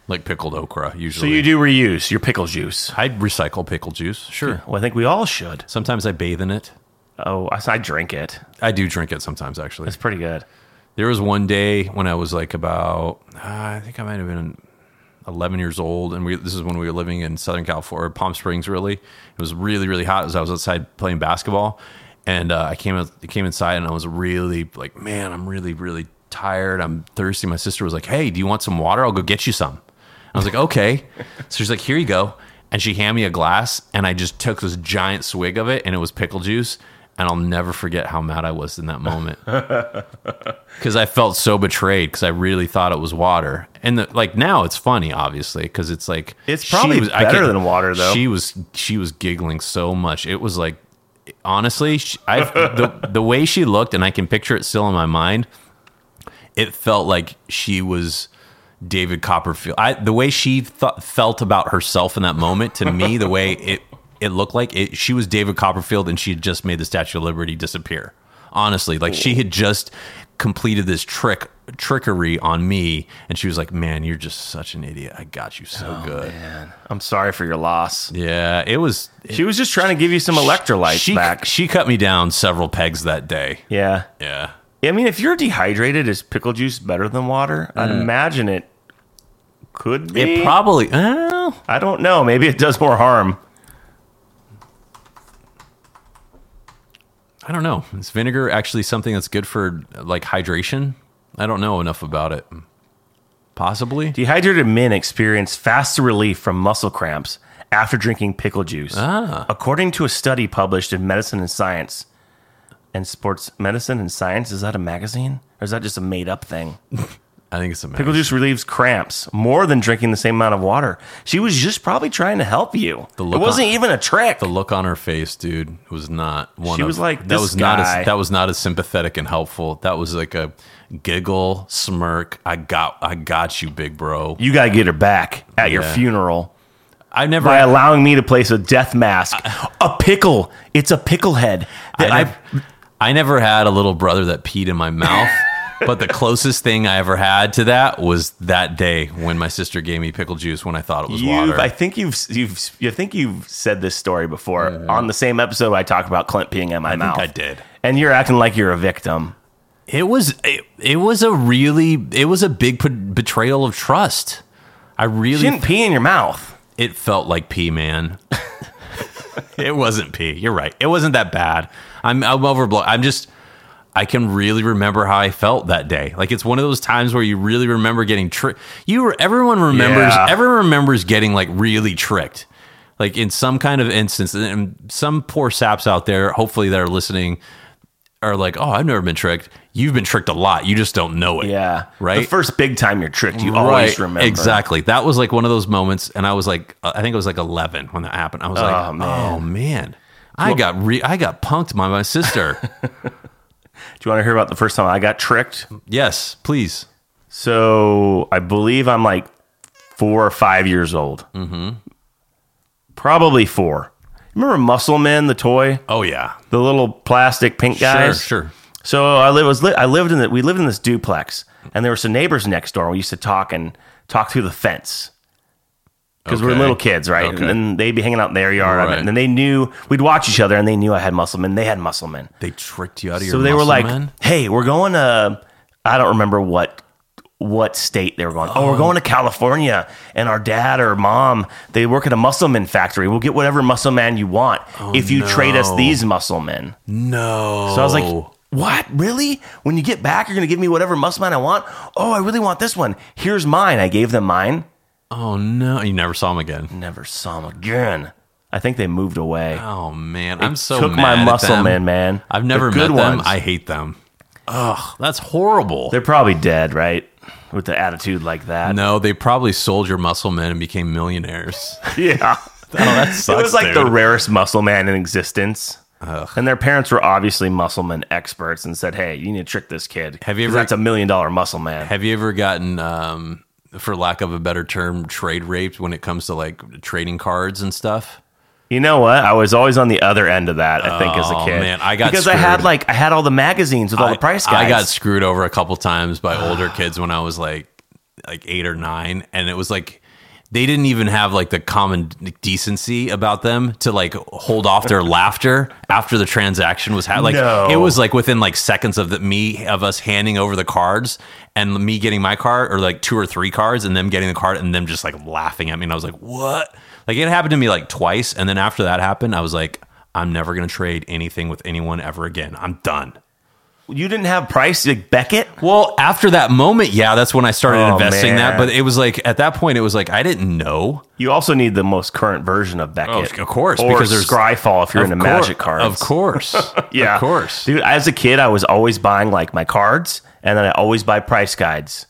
C: like pickled okra.
B: so
C: Usually,
B: you do reuse your pickle juice.
C: I'd recycle pickle juice. Sure.
B: Well, I think we all should.
C: Sometimes I bathe in it.
B: Oh, I, so I drink it.
C: I do drink it sometimes, actually.
B: It's pretty good.
C: There was one day when I was like about, uh, I think I might have been 11 years old, and we this is when we were living in Southern California, Palm Springs, really. It was really, really hot as I was outside playing basketball, and uh, I came out, came inside, and I was really like, man, I'm really, really tired. I'm thirsty. My sister was like, hey, do you want some water? I'll go get you some. I was like, okay. so she's like, here you go, and she handed me a glass, and I just took this giant swig of it, and it was pickle juice. And I'll never forget how mad I was in that moment because I felt so betrayed because I really thought it was water. And the, like now it's funny, obviously, because it's like
B: It's
C: she
B: probably
C: was- I
B: better
C: could-
B: than water, though.
C: She was she was giggling so much. It was like honestly, she, I the the way she looked, and I can picture it still in my mind. It felt like she was David Copperfield. I the way she thought felt about herself in that moment to me, the way it it looked like it, she was David Copperfield, and she had just made the Statue of Liberty disappear. Honestly, like she had just completed this trick trickery on me, and she was like, "Man, you're just such an idiot. I got you so good."
B: I'm sorry for your loss.
C: Yeah, it was.
B: She was just trying to give you some electrolytes
C: she,
B: back.
C: She cut me down several pegs that day.
B: Yeah.
C: Yeah.
B: I mean, if you're dehydrated, is pickle juice better than water? I'd imagine it could be.
C: Mm. It probably. Well,
B: I don't know. Maybe it does more harm.
C: I don't know. Is vinegar actually something that's good for like hydration? I don't know enough about it. Possibly.
B: Dehydrated men experience faster relief from muscle cramps after drinking pickle juice,
C: Ah.
B: according to a study published in Medicine and Science. And sports medicine and science is that a magazine or is that just a made up thing?
C: I think it's a pickle
B: Pickle juice relieves cramps more than drinking the same amount of water. She was just probably trying to help you. It
C: look
B: wasn't
C: on-
B: even a trick.
C: The look on her face, dude, was not one.
B: She
C: of,
B: was like,
C: that
B: "This
C: was not
B: guy."
C: as that was not as sympathetic and helpful. That was like a giggle, smirk. I got, I got you, big bro.
B: you got to get her back at your
C: Yeah.
B: funeral.
C: I never.
B: by allowing me to place a death mask. a pickle. It's a pickle head. That
C: I,
B: I,
C: nev- I never had a little brother that peed in my mouth, but the closest thing I ever had to that was that day when my sister gave me pickle juice when I thought it was
B: you've,
C: water.
B: I think you've you've you think you've said this story before on the same episode I talked about Clint peeing in my
C: I
B: mouth.
C: think I did.
B: And you're acting like you're a victim.
C: It was it, it was a really it was a big p- betrayal of trust. I really
B: You didn't pee in your mouth.
C: it felt like pee, man. it wasn't pee. You're right. It wasn't that bad. I'm I'm overblown. I'm just I can really remember how I felt that day. Like it's one of those times where you really remember getting tricked. You were, everyone remembers
B: Yeah.
C: everyone remembers getting like really tricked. Like in some kind of instance, and- and some poor saps out there, hopefully that are listening, are like, "Oh, I've never been tricked. You've been tricked a lot. You just don't know it."
B: Yeah.
C: Right.
B: The first big time you're tricked, you always remember.
C: Exactly. That was like one of those moments, and I was like, uh, I think it was like 11 when that happened. I was like, oh man, I got re- I got punked by my sister.
B: Do you want to hear about the first time I got tricked?
C: yes, please.
B: So I believe I'm like four or five years old. Mm-hmm. Probably four. Remember Muscle Men, the toy,
C: Oh yeah,
B: the little plastic pink guys?
C: sure, sure.
B: So I li- was li- I lived in the, we lived in this duplex, and there were some neighbors next door. and We used to talk and talk through the fence because we were
C: Okay.
B: little kids, right?
C: Okay.
B: And then they'd be hanging out in their yard,
C: Right.
B: and then they knew we'd watch each other, and they knew I had musclemen. They had musclemen,
C: They tricked you out of your.
B: so they were
C: muscle,
B: like,
C: man?
B: "Hey, we're going to I don't remember what." What state they were going? Oh, we're going to California, and our dad or mom they work at a muscleman factory. We'll get whatever muscleman you want if you trade us
C: Oh, no.
B: these musclemen.
C: no.
B: So I was
C: Oh.
B: like, what? Really? When you get back, you're going to give me whatever muscle mine I want? Oh, I really want this one. Here's mine. I gave them mine.
C: oh no, you never saw him again.
B: Never saw them again. I think they moved away.
C: Oh man, I'm so
B: Took
C: mad
B: my
C: at
B: muscle
C: them.
B: man, man.
C: I've never
B: The
C: met
B: good
C: them.
B: ones.
C: I hate them. Ugh, that's horrible.
B: They're probably dead, right? With the attitude like that.
C: no, they probably sold your muscle men and became millionaires.
B: Yeah.
C: that
B: it
C: sucks,
B: was like the
C: dude.
B: rarest muscle man in existence. And their parents were obviously muscle man experts and said, hey, you need to trick this kid.
C: Have you
B: 'Cause
C: ever-
B: That's a million dollar muscle man.
C: Have you ever gotten, um, for lack of a better term, trade raped when it comes to like trading cards and stuff?
B: You know what? I was always on the other end of that. I think as a
C: Oh,
B: kid,
C: man, I got
B: because I had
C: screwed.
B: like I had all the magazines with all the
C: I-
B: price
C: I,
B: guides.
C: got screwed over a couple times by older kids when I was like like eight or nine, and it was like they didn't even have like the common decency about them to like hold off their laughter after the transaction was had. Like
B: No.
C: it was like within like seconds of the, me of us handing over the cards and me getting my card or like two or three cards and them getting the card and them just like laughing at me and I was like what? Like it happened to me like twice and then after that happened I was like I'm never gonna trade anything with anyone ever again. I'm done.
B: You didn't have price like Beckett.
C: Well, after that moment, yeah, that's when I started
B: Oh,
C: investing that.
B: man.
C: But it was like at that point, it was like I didn't know.
B: You also need the most current version of Beckett,
C: Oh, of course,
B: or
C: because
B: because
C: there's-
B: there's Scryfall if you're into
C: Of cour-
B: Magic cards.
C: Of course.
B: yeah,
C: Of course.
B: dude. As a kid, I was always buying like my cards, and then I always buy price guides,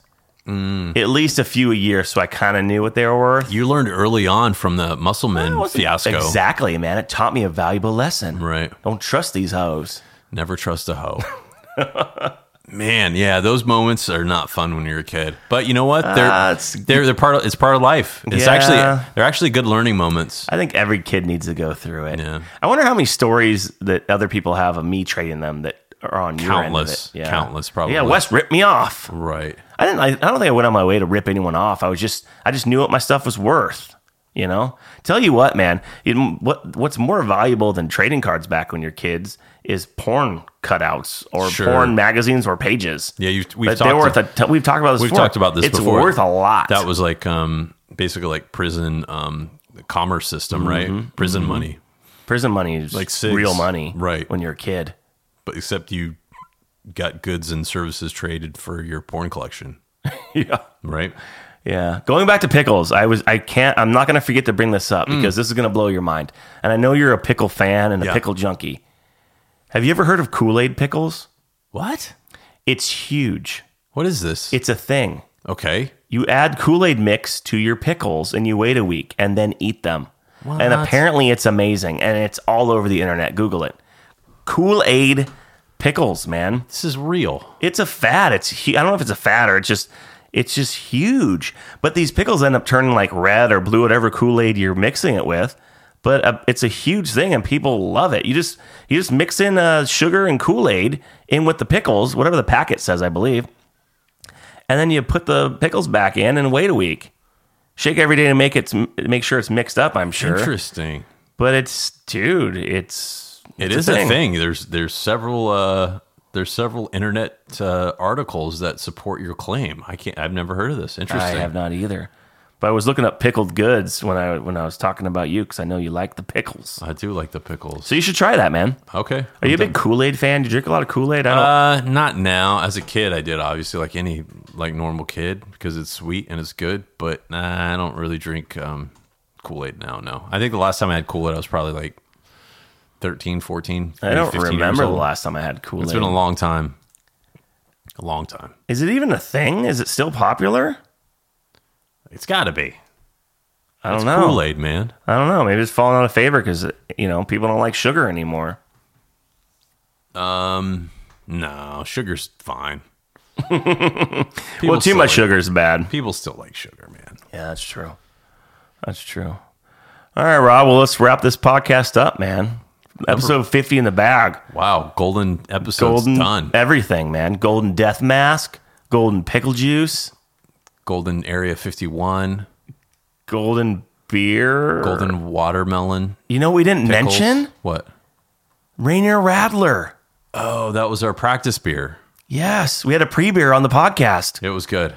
C: Mm.
B: at least a few a year, so I kind of knew what they were worth.
C: You learned early on from the Muscleman fiasco.
B: Exactly, man. It taught me a valuable lesson.
C: Right.
B: Don't trust these hoes.
C: Never trust a hoe. Man, yeah, those moments are not fun when you're a kid. But you know what? They're
B: Ah, it's-
C: they're, they're part of it's part of life. It's
B: Yeah.
C: actually they're actually good learning moments.
B: I think every kid needs to go through it.
C: Yeah.
B: I wonder how many stories that other people have of me trading them that are on your end of
C: Countless.
B: it.
C: Countless, probably.
B: Yeah, Wes ripped me off.
C: Right.
B: I didn't. I, I don't think I went on my way to rip anyone off. I was just. I just knew what my stuff was worth. You know. Tell you what, man. You, what What's more valuable than trading cards back when you're kids is porn cutouts or
C: Sure.
B: porn magazines or pages.
C: Yeah, you we've
B: But
C: talked
B: they're worth a t- we've talked about this.
C: We've
B: before.
C: talked about this
B: It's
C: before.
B: worth a lot.
C: That was like um, basically like prison um, commerce system,
B: Mm-hmm.
C: right? Prison money,
B: prison money. Is
C: Like
B: like
C: six.
B: real money,
C: Right.
B: When you're a kid.
C: but except you got goods and services traded for your porn collection,
B: Yeah.
C: right?
B: Yeah. Going back to pickles, I was I can't I'm not gonna forget to bring this up because this is gonna blow your mind. And I know you're a pickle fan and a
C: Hmm. Yeah.
B: pickle junkie. Have you ever heard of Kool-Aid pickles?
C: What?
B: It's huge.
C: What is this?
B: It's a thing.
C: okay.
B: You add Kool-Aid mix to your pickles and you wait a week and then eat them.
C: What?
B: And apparently it's amazing and it's all over the internet. Google it. Kool-Aid pickles, man.
C: This is real.
B: it's a fad. It's hu- I don't know if it's a fad or it's just it's just huge. But these pickles end up turning like red or blue, whatever Kool Aid you're mixing it with. But uh, it's a huge thing, and people love it. You just you just mix in uh, sugar and Kool Aid in with the pickles, whatever the packet says, I believe. And then you put the pickles back in and wait a week. Shake every day to make it make sure it's mixed up. I'm sure,
C: Interesting.
B: but it's dude, it's
C: It
B: it's
C: is a thing. There's there's several uh, there's several internet uh, articles that support your claim. I can't. I've never heard of this.
B: I
C: Interesting.
B: have not either. But I was looking up pickled goods when I when I was talking about you because I know you like the pickles.
C: I do like the pickles.
B: So you should try that, man.
C: Okay.
B: Are you a big Kool Aid fan? Do you drink a lot of Kool Aid? I don't.
C: Uh, not now. As a kid, I did obviously like any like normal kid because it's sweet and it's good. But nah, I don't really drink um, Kool Aid now. No, I think the last time I had Kool Aid, I was probably like 13, 14.
B: I
C: maybe
B: don't
C: 15 years
B: remember the
C: old.
B: last time I had Kool
C: It's been a
B: Aid.
C: long time. A long time.
B: Is it even a thing? Is it still popular?
C: It's got to be
B: I don't know.
C: Kool Aid, man.
B: I don't know. Maybe it's fallen out of favor because you know people don't like sugar anymore.
C: No, sugar's fine.
B: well, too
C: still
B: much
C: like-
B: sugar is bad.
C: People still like sugar, man.
B: Yeah, that's true. That's true. All right, Rob. Well, let's wrap this podcast up, man. Episode fifty in the bag.
C: Wow, golden episode's
B: golden
C: done.
B: everything, man. Golden death mask, golden pickle juice, e-
C: Golden Area 51,
B: golden beer.
C: golden watermelon.
B: You know what we didn't
C: pickles.
B: mention
C: what?
B: Rainier Rattler.
C: Oh, that was our practice beer.
B: Yes, we had a pre beer on the podcast.
C: It was good.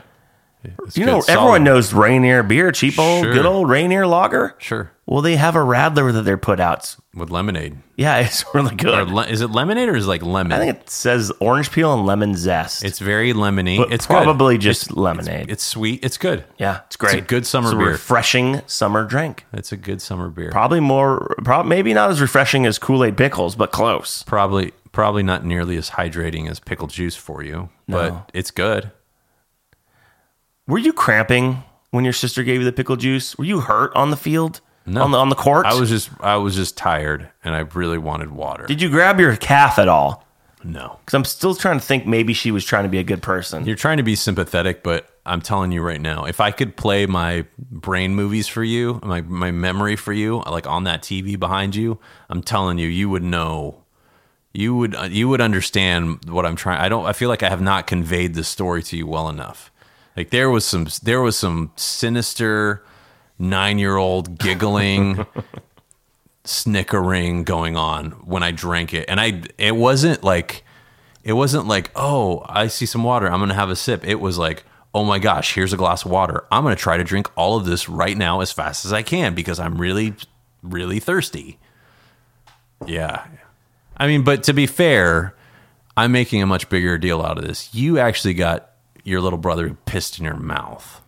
C: It's
B: you
C: good,
B: know,
C: solid.
B: everyone knows Rainier beer, cheap old,
C: Sure.
B: good old Rainier lager.
C: Sure,
B: Well, they have a Rattler that they're put out.
C: with lemonade.
B: Yeah, it's really
C: Or
B: good.
C: le- is it lemonade or is it like lemon?
B: I think it says orange peel and lemon zest.
C: it's very lemony.
B: But
C: it's
B: probably
C: good.
B: just lemonade.
C: It's sweet. It's good.
B: yeah, it's great.
C: It's a good summer
B: It's a
C: beer.
B: refreshing summer drink.
C: It's a good summer beer.
B: Probably more, prob- maybe not as refreshing as Kool Aid pickles, but close.
C: probably probably not nearly as hydrating as pickle juice for you, but it's good.
B: Were you cramping when your sister gave you the pickle juice? Were you hurt on the field?
C: No.
B: On the on the court?
C: I was just I was just tired and I really wanted water.
B: Did you grab your calf at all?
C: no.
B: Because I'm still trying to think. Maybe she was trying to be a good person.
C: You're trying to be sympathetic, but I'm telling you right now, if I could play my brain movies for you, my my memory for you, like on that TV behind you, I'm telling you, you would know. You would uh, you would understand what I'm trying. I don't I feel like I have not conveyed the story to you well enough. Like there was some there was some sinister nine year old giggling, snickering going on when I drank it. And I, it wasn't like, it wasn't like, oh, I see some water. I'm going to have a sip. It was like, oh my gosh, here's a glass of water. I'm going to try to drink all of this right now as fast as I can because I'm really, really thirsty. Yeah. I mean, but to be fair, I'm making a much bigger deal out of this. You actually got your little brother pissed in your mouth.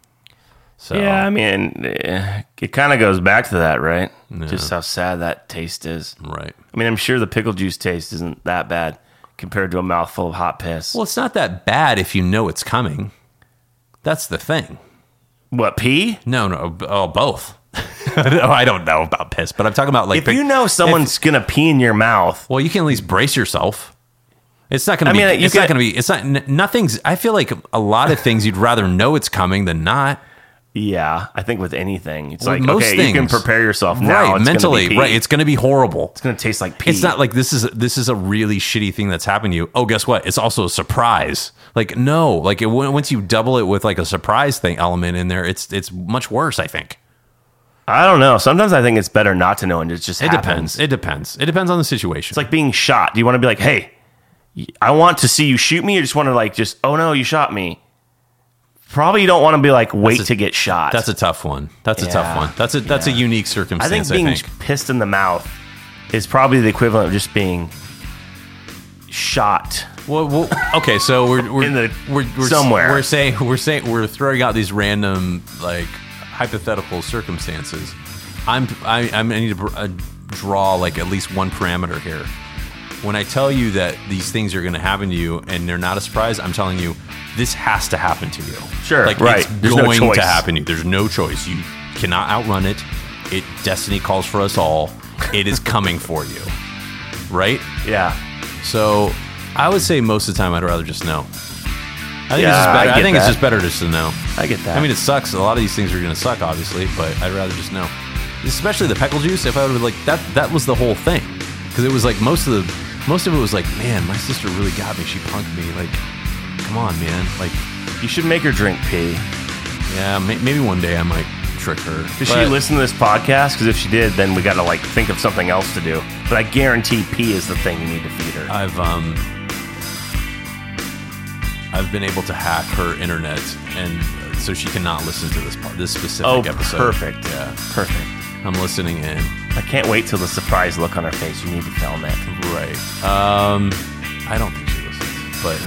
C: So,
B: Yeah, I mean, eh, it kind of goes back to that, right? Just how sad that taste is.
C: right.
B: I mean, I'm sure the pickle juice taste isn't that bad compared to a mouthful of hot piss.
C: Well, it's not that bad if you know it's coming. That's the thing.
B: what pee?
C: No, no, oh, both. No, I don't know about piss, but I'm talking about like
B: If you know someone's gonna pee in your mouth,
C: Well, you can at least brace yourself. It's not going
B: I
C: to be.
B: mean, you
C: it's not
B: could-
C: going to be. It's not. n- Nothing's. I feel like a lot of things you'd rather know it's coming than not.
B: yeah, I think with anything, it's
C: With
B: like
C: most
B: okay, you can
C: things.
B: prepare yourself now.
C: right.
B: It's
C: Mentally.
B: gonna be pee.
C: right. It's going to be horrible.
B: it's gonna taste like pee.
C: It's not like this is this is a really shitty thing that's happened to you. Oh, guess what? It's also a surprise. Like no, like it, when- once you double it with like a surprise thing element in there, it's it's much worse. I think
B: I don't know. Sometimes I think it's better not to know, and it just
C: it
B: happens.
C: depends. It depends. It depends on the situation.
B: It's like being shot. Do you want to be like, hey, I want to see you shoot me, or just want to like just oh no, you shot me? Probably you don't want to be like wait
C: a-
B: to get shot.
C: that's a tough one. That's a
B: Yeah.
C: tough one. That's a that's a unique
B: I think
C: circumstance.
B: being
C: I think.
B: pissed in the mouth is probably the equivalent of just being shot.
C: Well, well, okay, so we're we're,
B: In the-
C: we're, we're
B: somewhere.
C: We're saying we're saying we're throwing out these random like hypothetical circumstances. I'm I I'm, I need to br- uh, draw like at least one parameter here. When I tell you that these things are going to happen to you and they're not a surprise, I'm telling you this has to happen to you.
B: Sure,
C: like
B: right.
C: it's
B: There's no
C: going
B: choice.
C: to happen. to you. There's no choice. You cannot outrun it. It destiny calls for us all. It is coming for you. Right?
B: Yeah.
C: So I would say most of the time I'd rather just know. I think, it's,
B: Yeah,
C: just better.
B: I
C: I
B: get
C: think it's
B: that.
C: just better just to know.
B: I get that.
C: I mean, it sucks. A lot of these things are going to suck, obviously, but I'd rather just know. Especially the peckle juice. If I would have like that, that was the whole thing because it was like most of the most of it was like, man, my sister really got me. She punked me. Like, come on, man. Like,
B: you should make her drink pee.
C: yeah, may, maybe one day I might trick her.
B: Does
C: But-
B: she listen to this podcast? Because if she did, then we got to like think of something else to do. But I guarantee pee is the thing you need to feed her.
C: I've um I've been able to hack her internet and uh, so she cannot listen to this part this specific
B: oh,
C: episode.
B: perfect.
C: Yeah.
B: Perfect.
C: I'm listening in.
B: I can't wait till the surprise look on her face. You need to film it.
C: Right. Um I don't think she listens, but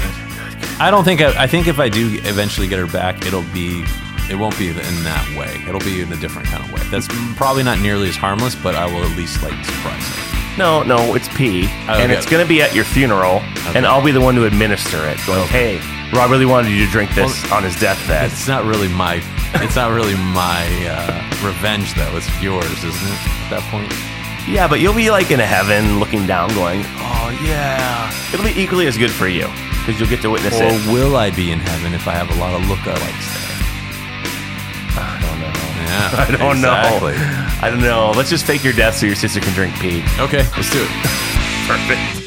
C: I don't think I, I think if I do eventually get her back, it'll be it won't be in that way. It'll be in a different kind of way. That's probably not nearly as harmless, but I will at least like surprise her.
B: No, no, it's pee, and
C: Okay.
B: it's gonna be at your funeral, and I'll be the one to administer it. Going, hey, Rob really wanted you to drink this on his deathbed.
C: It's not really my it's not really my uh, revenge though. It's yours, isn't it? At that point.
B: Yeah, but you'll be like in heaven, looking down, going, oh yeah. It'll be equally as good for you because you'll get to witness
C: Or
B: it.
C: will I be in heaven if I have a lot of lookalikes
B: I don't know.
C: there? Yeah,
B: I don't
C: exactly.
B: know. I don't know. Let's just fake your death so your sister can drink pee.
C: Okay, let's do it.
B: Perfect.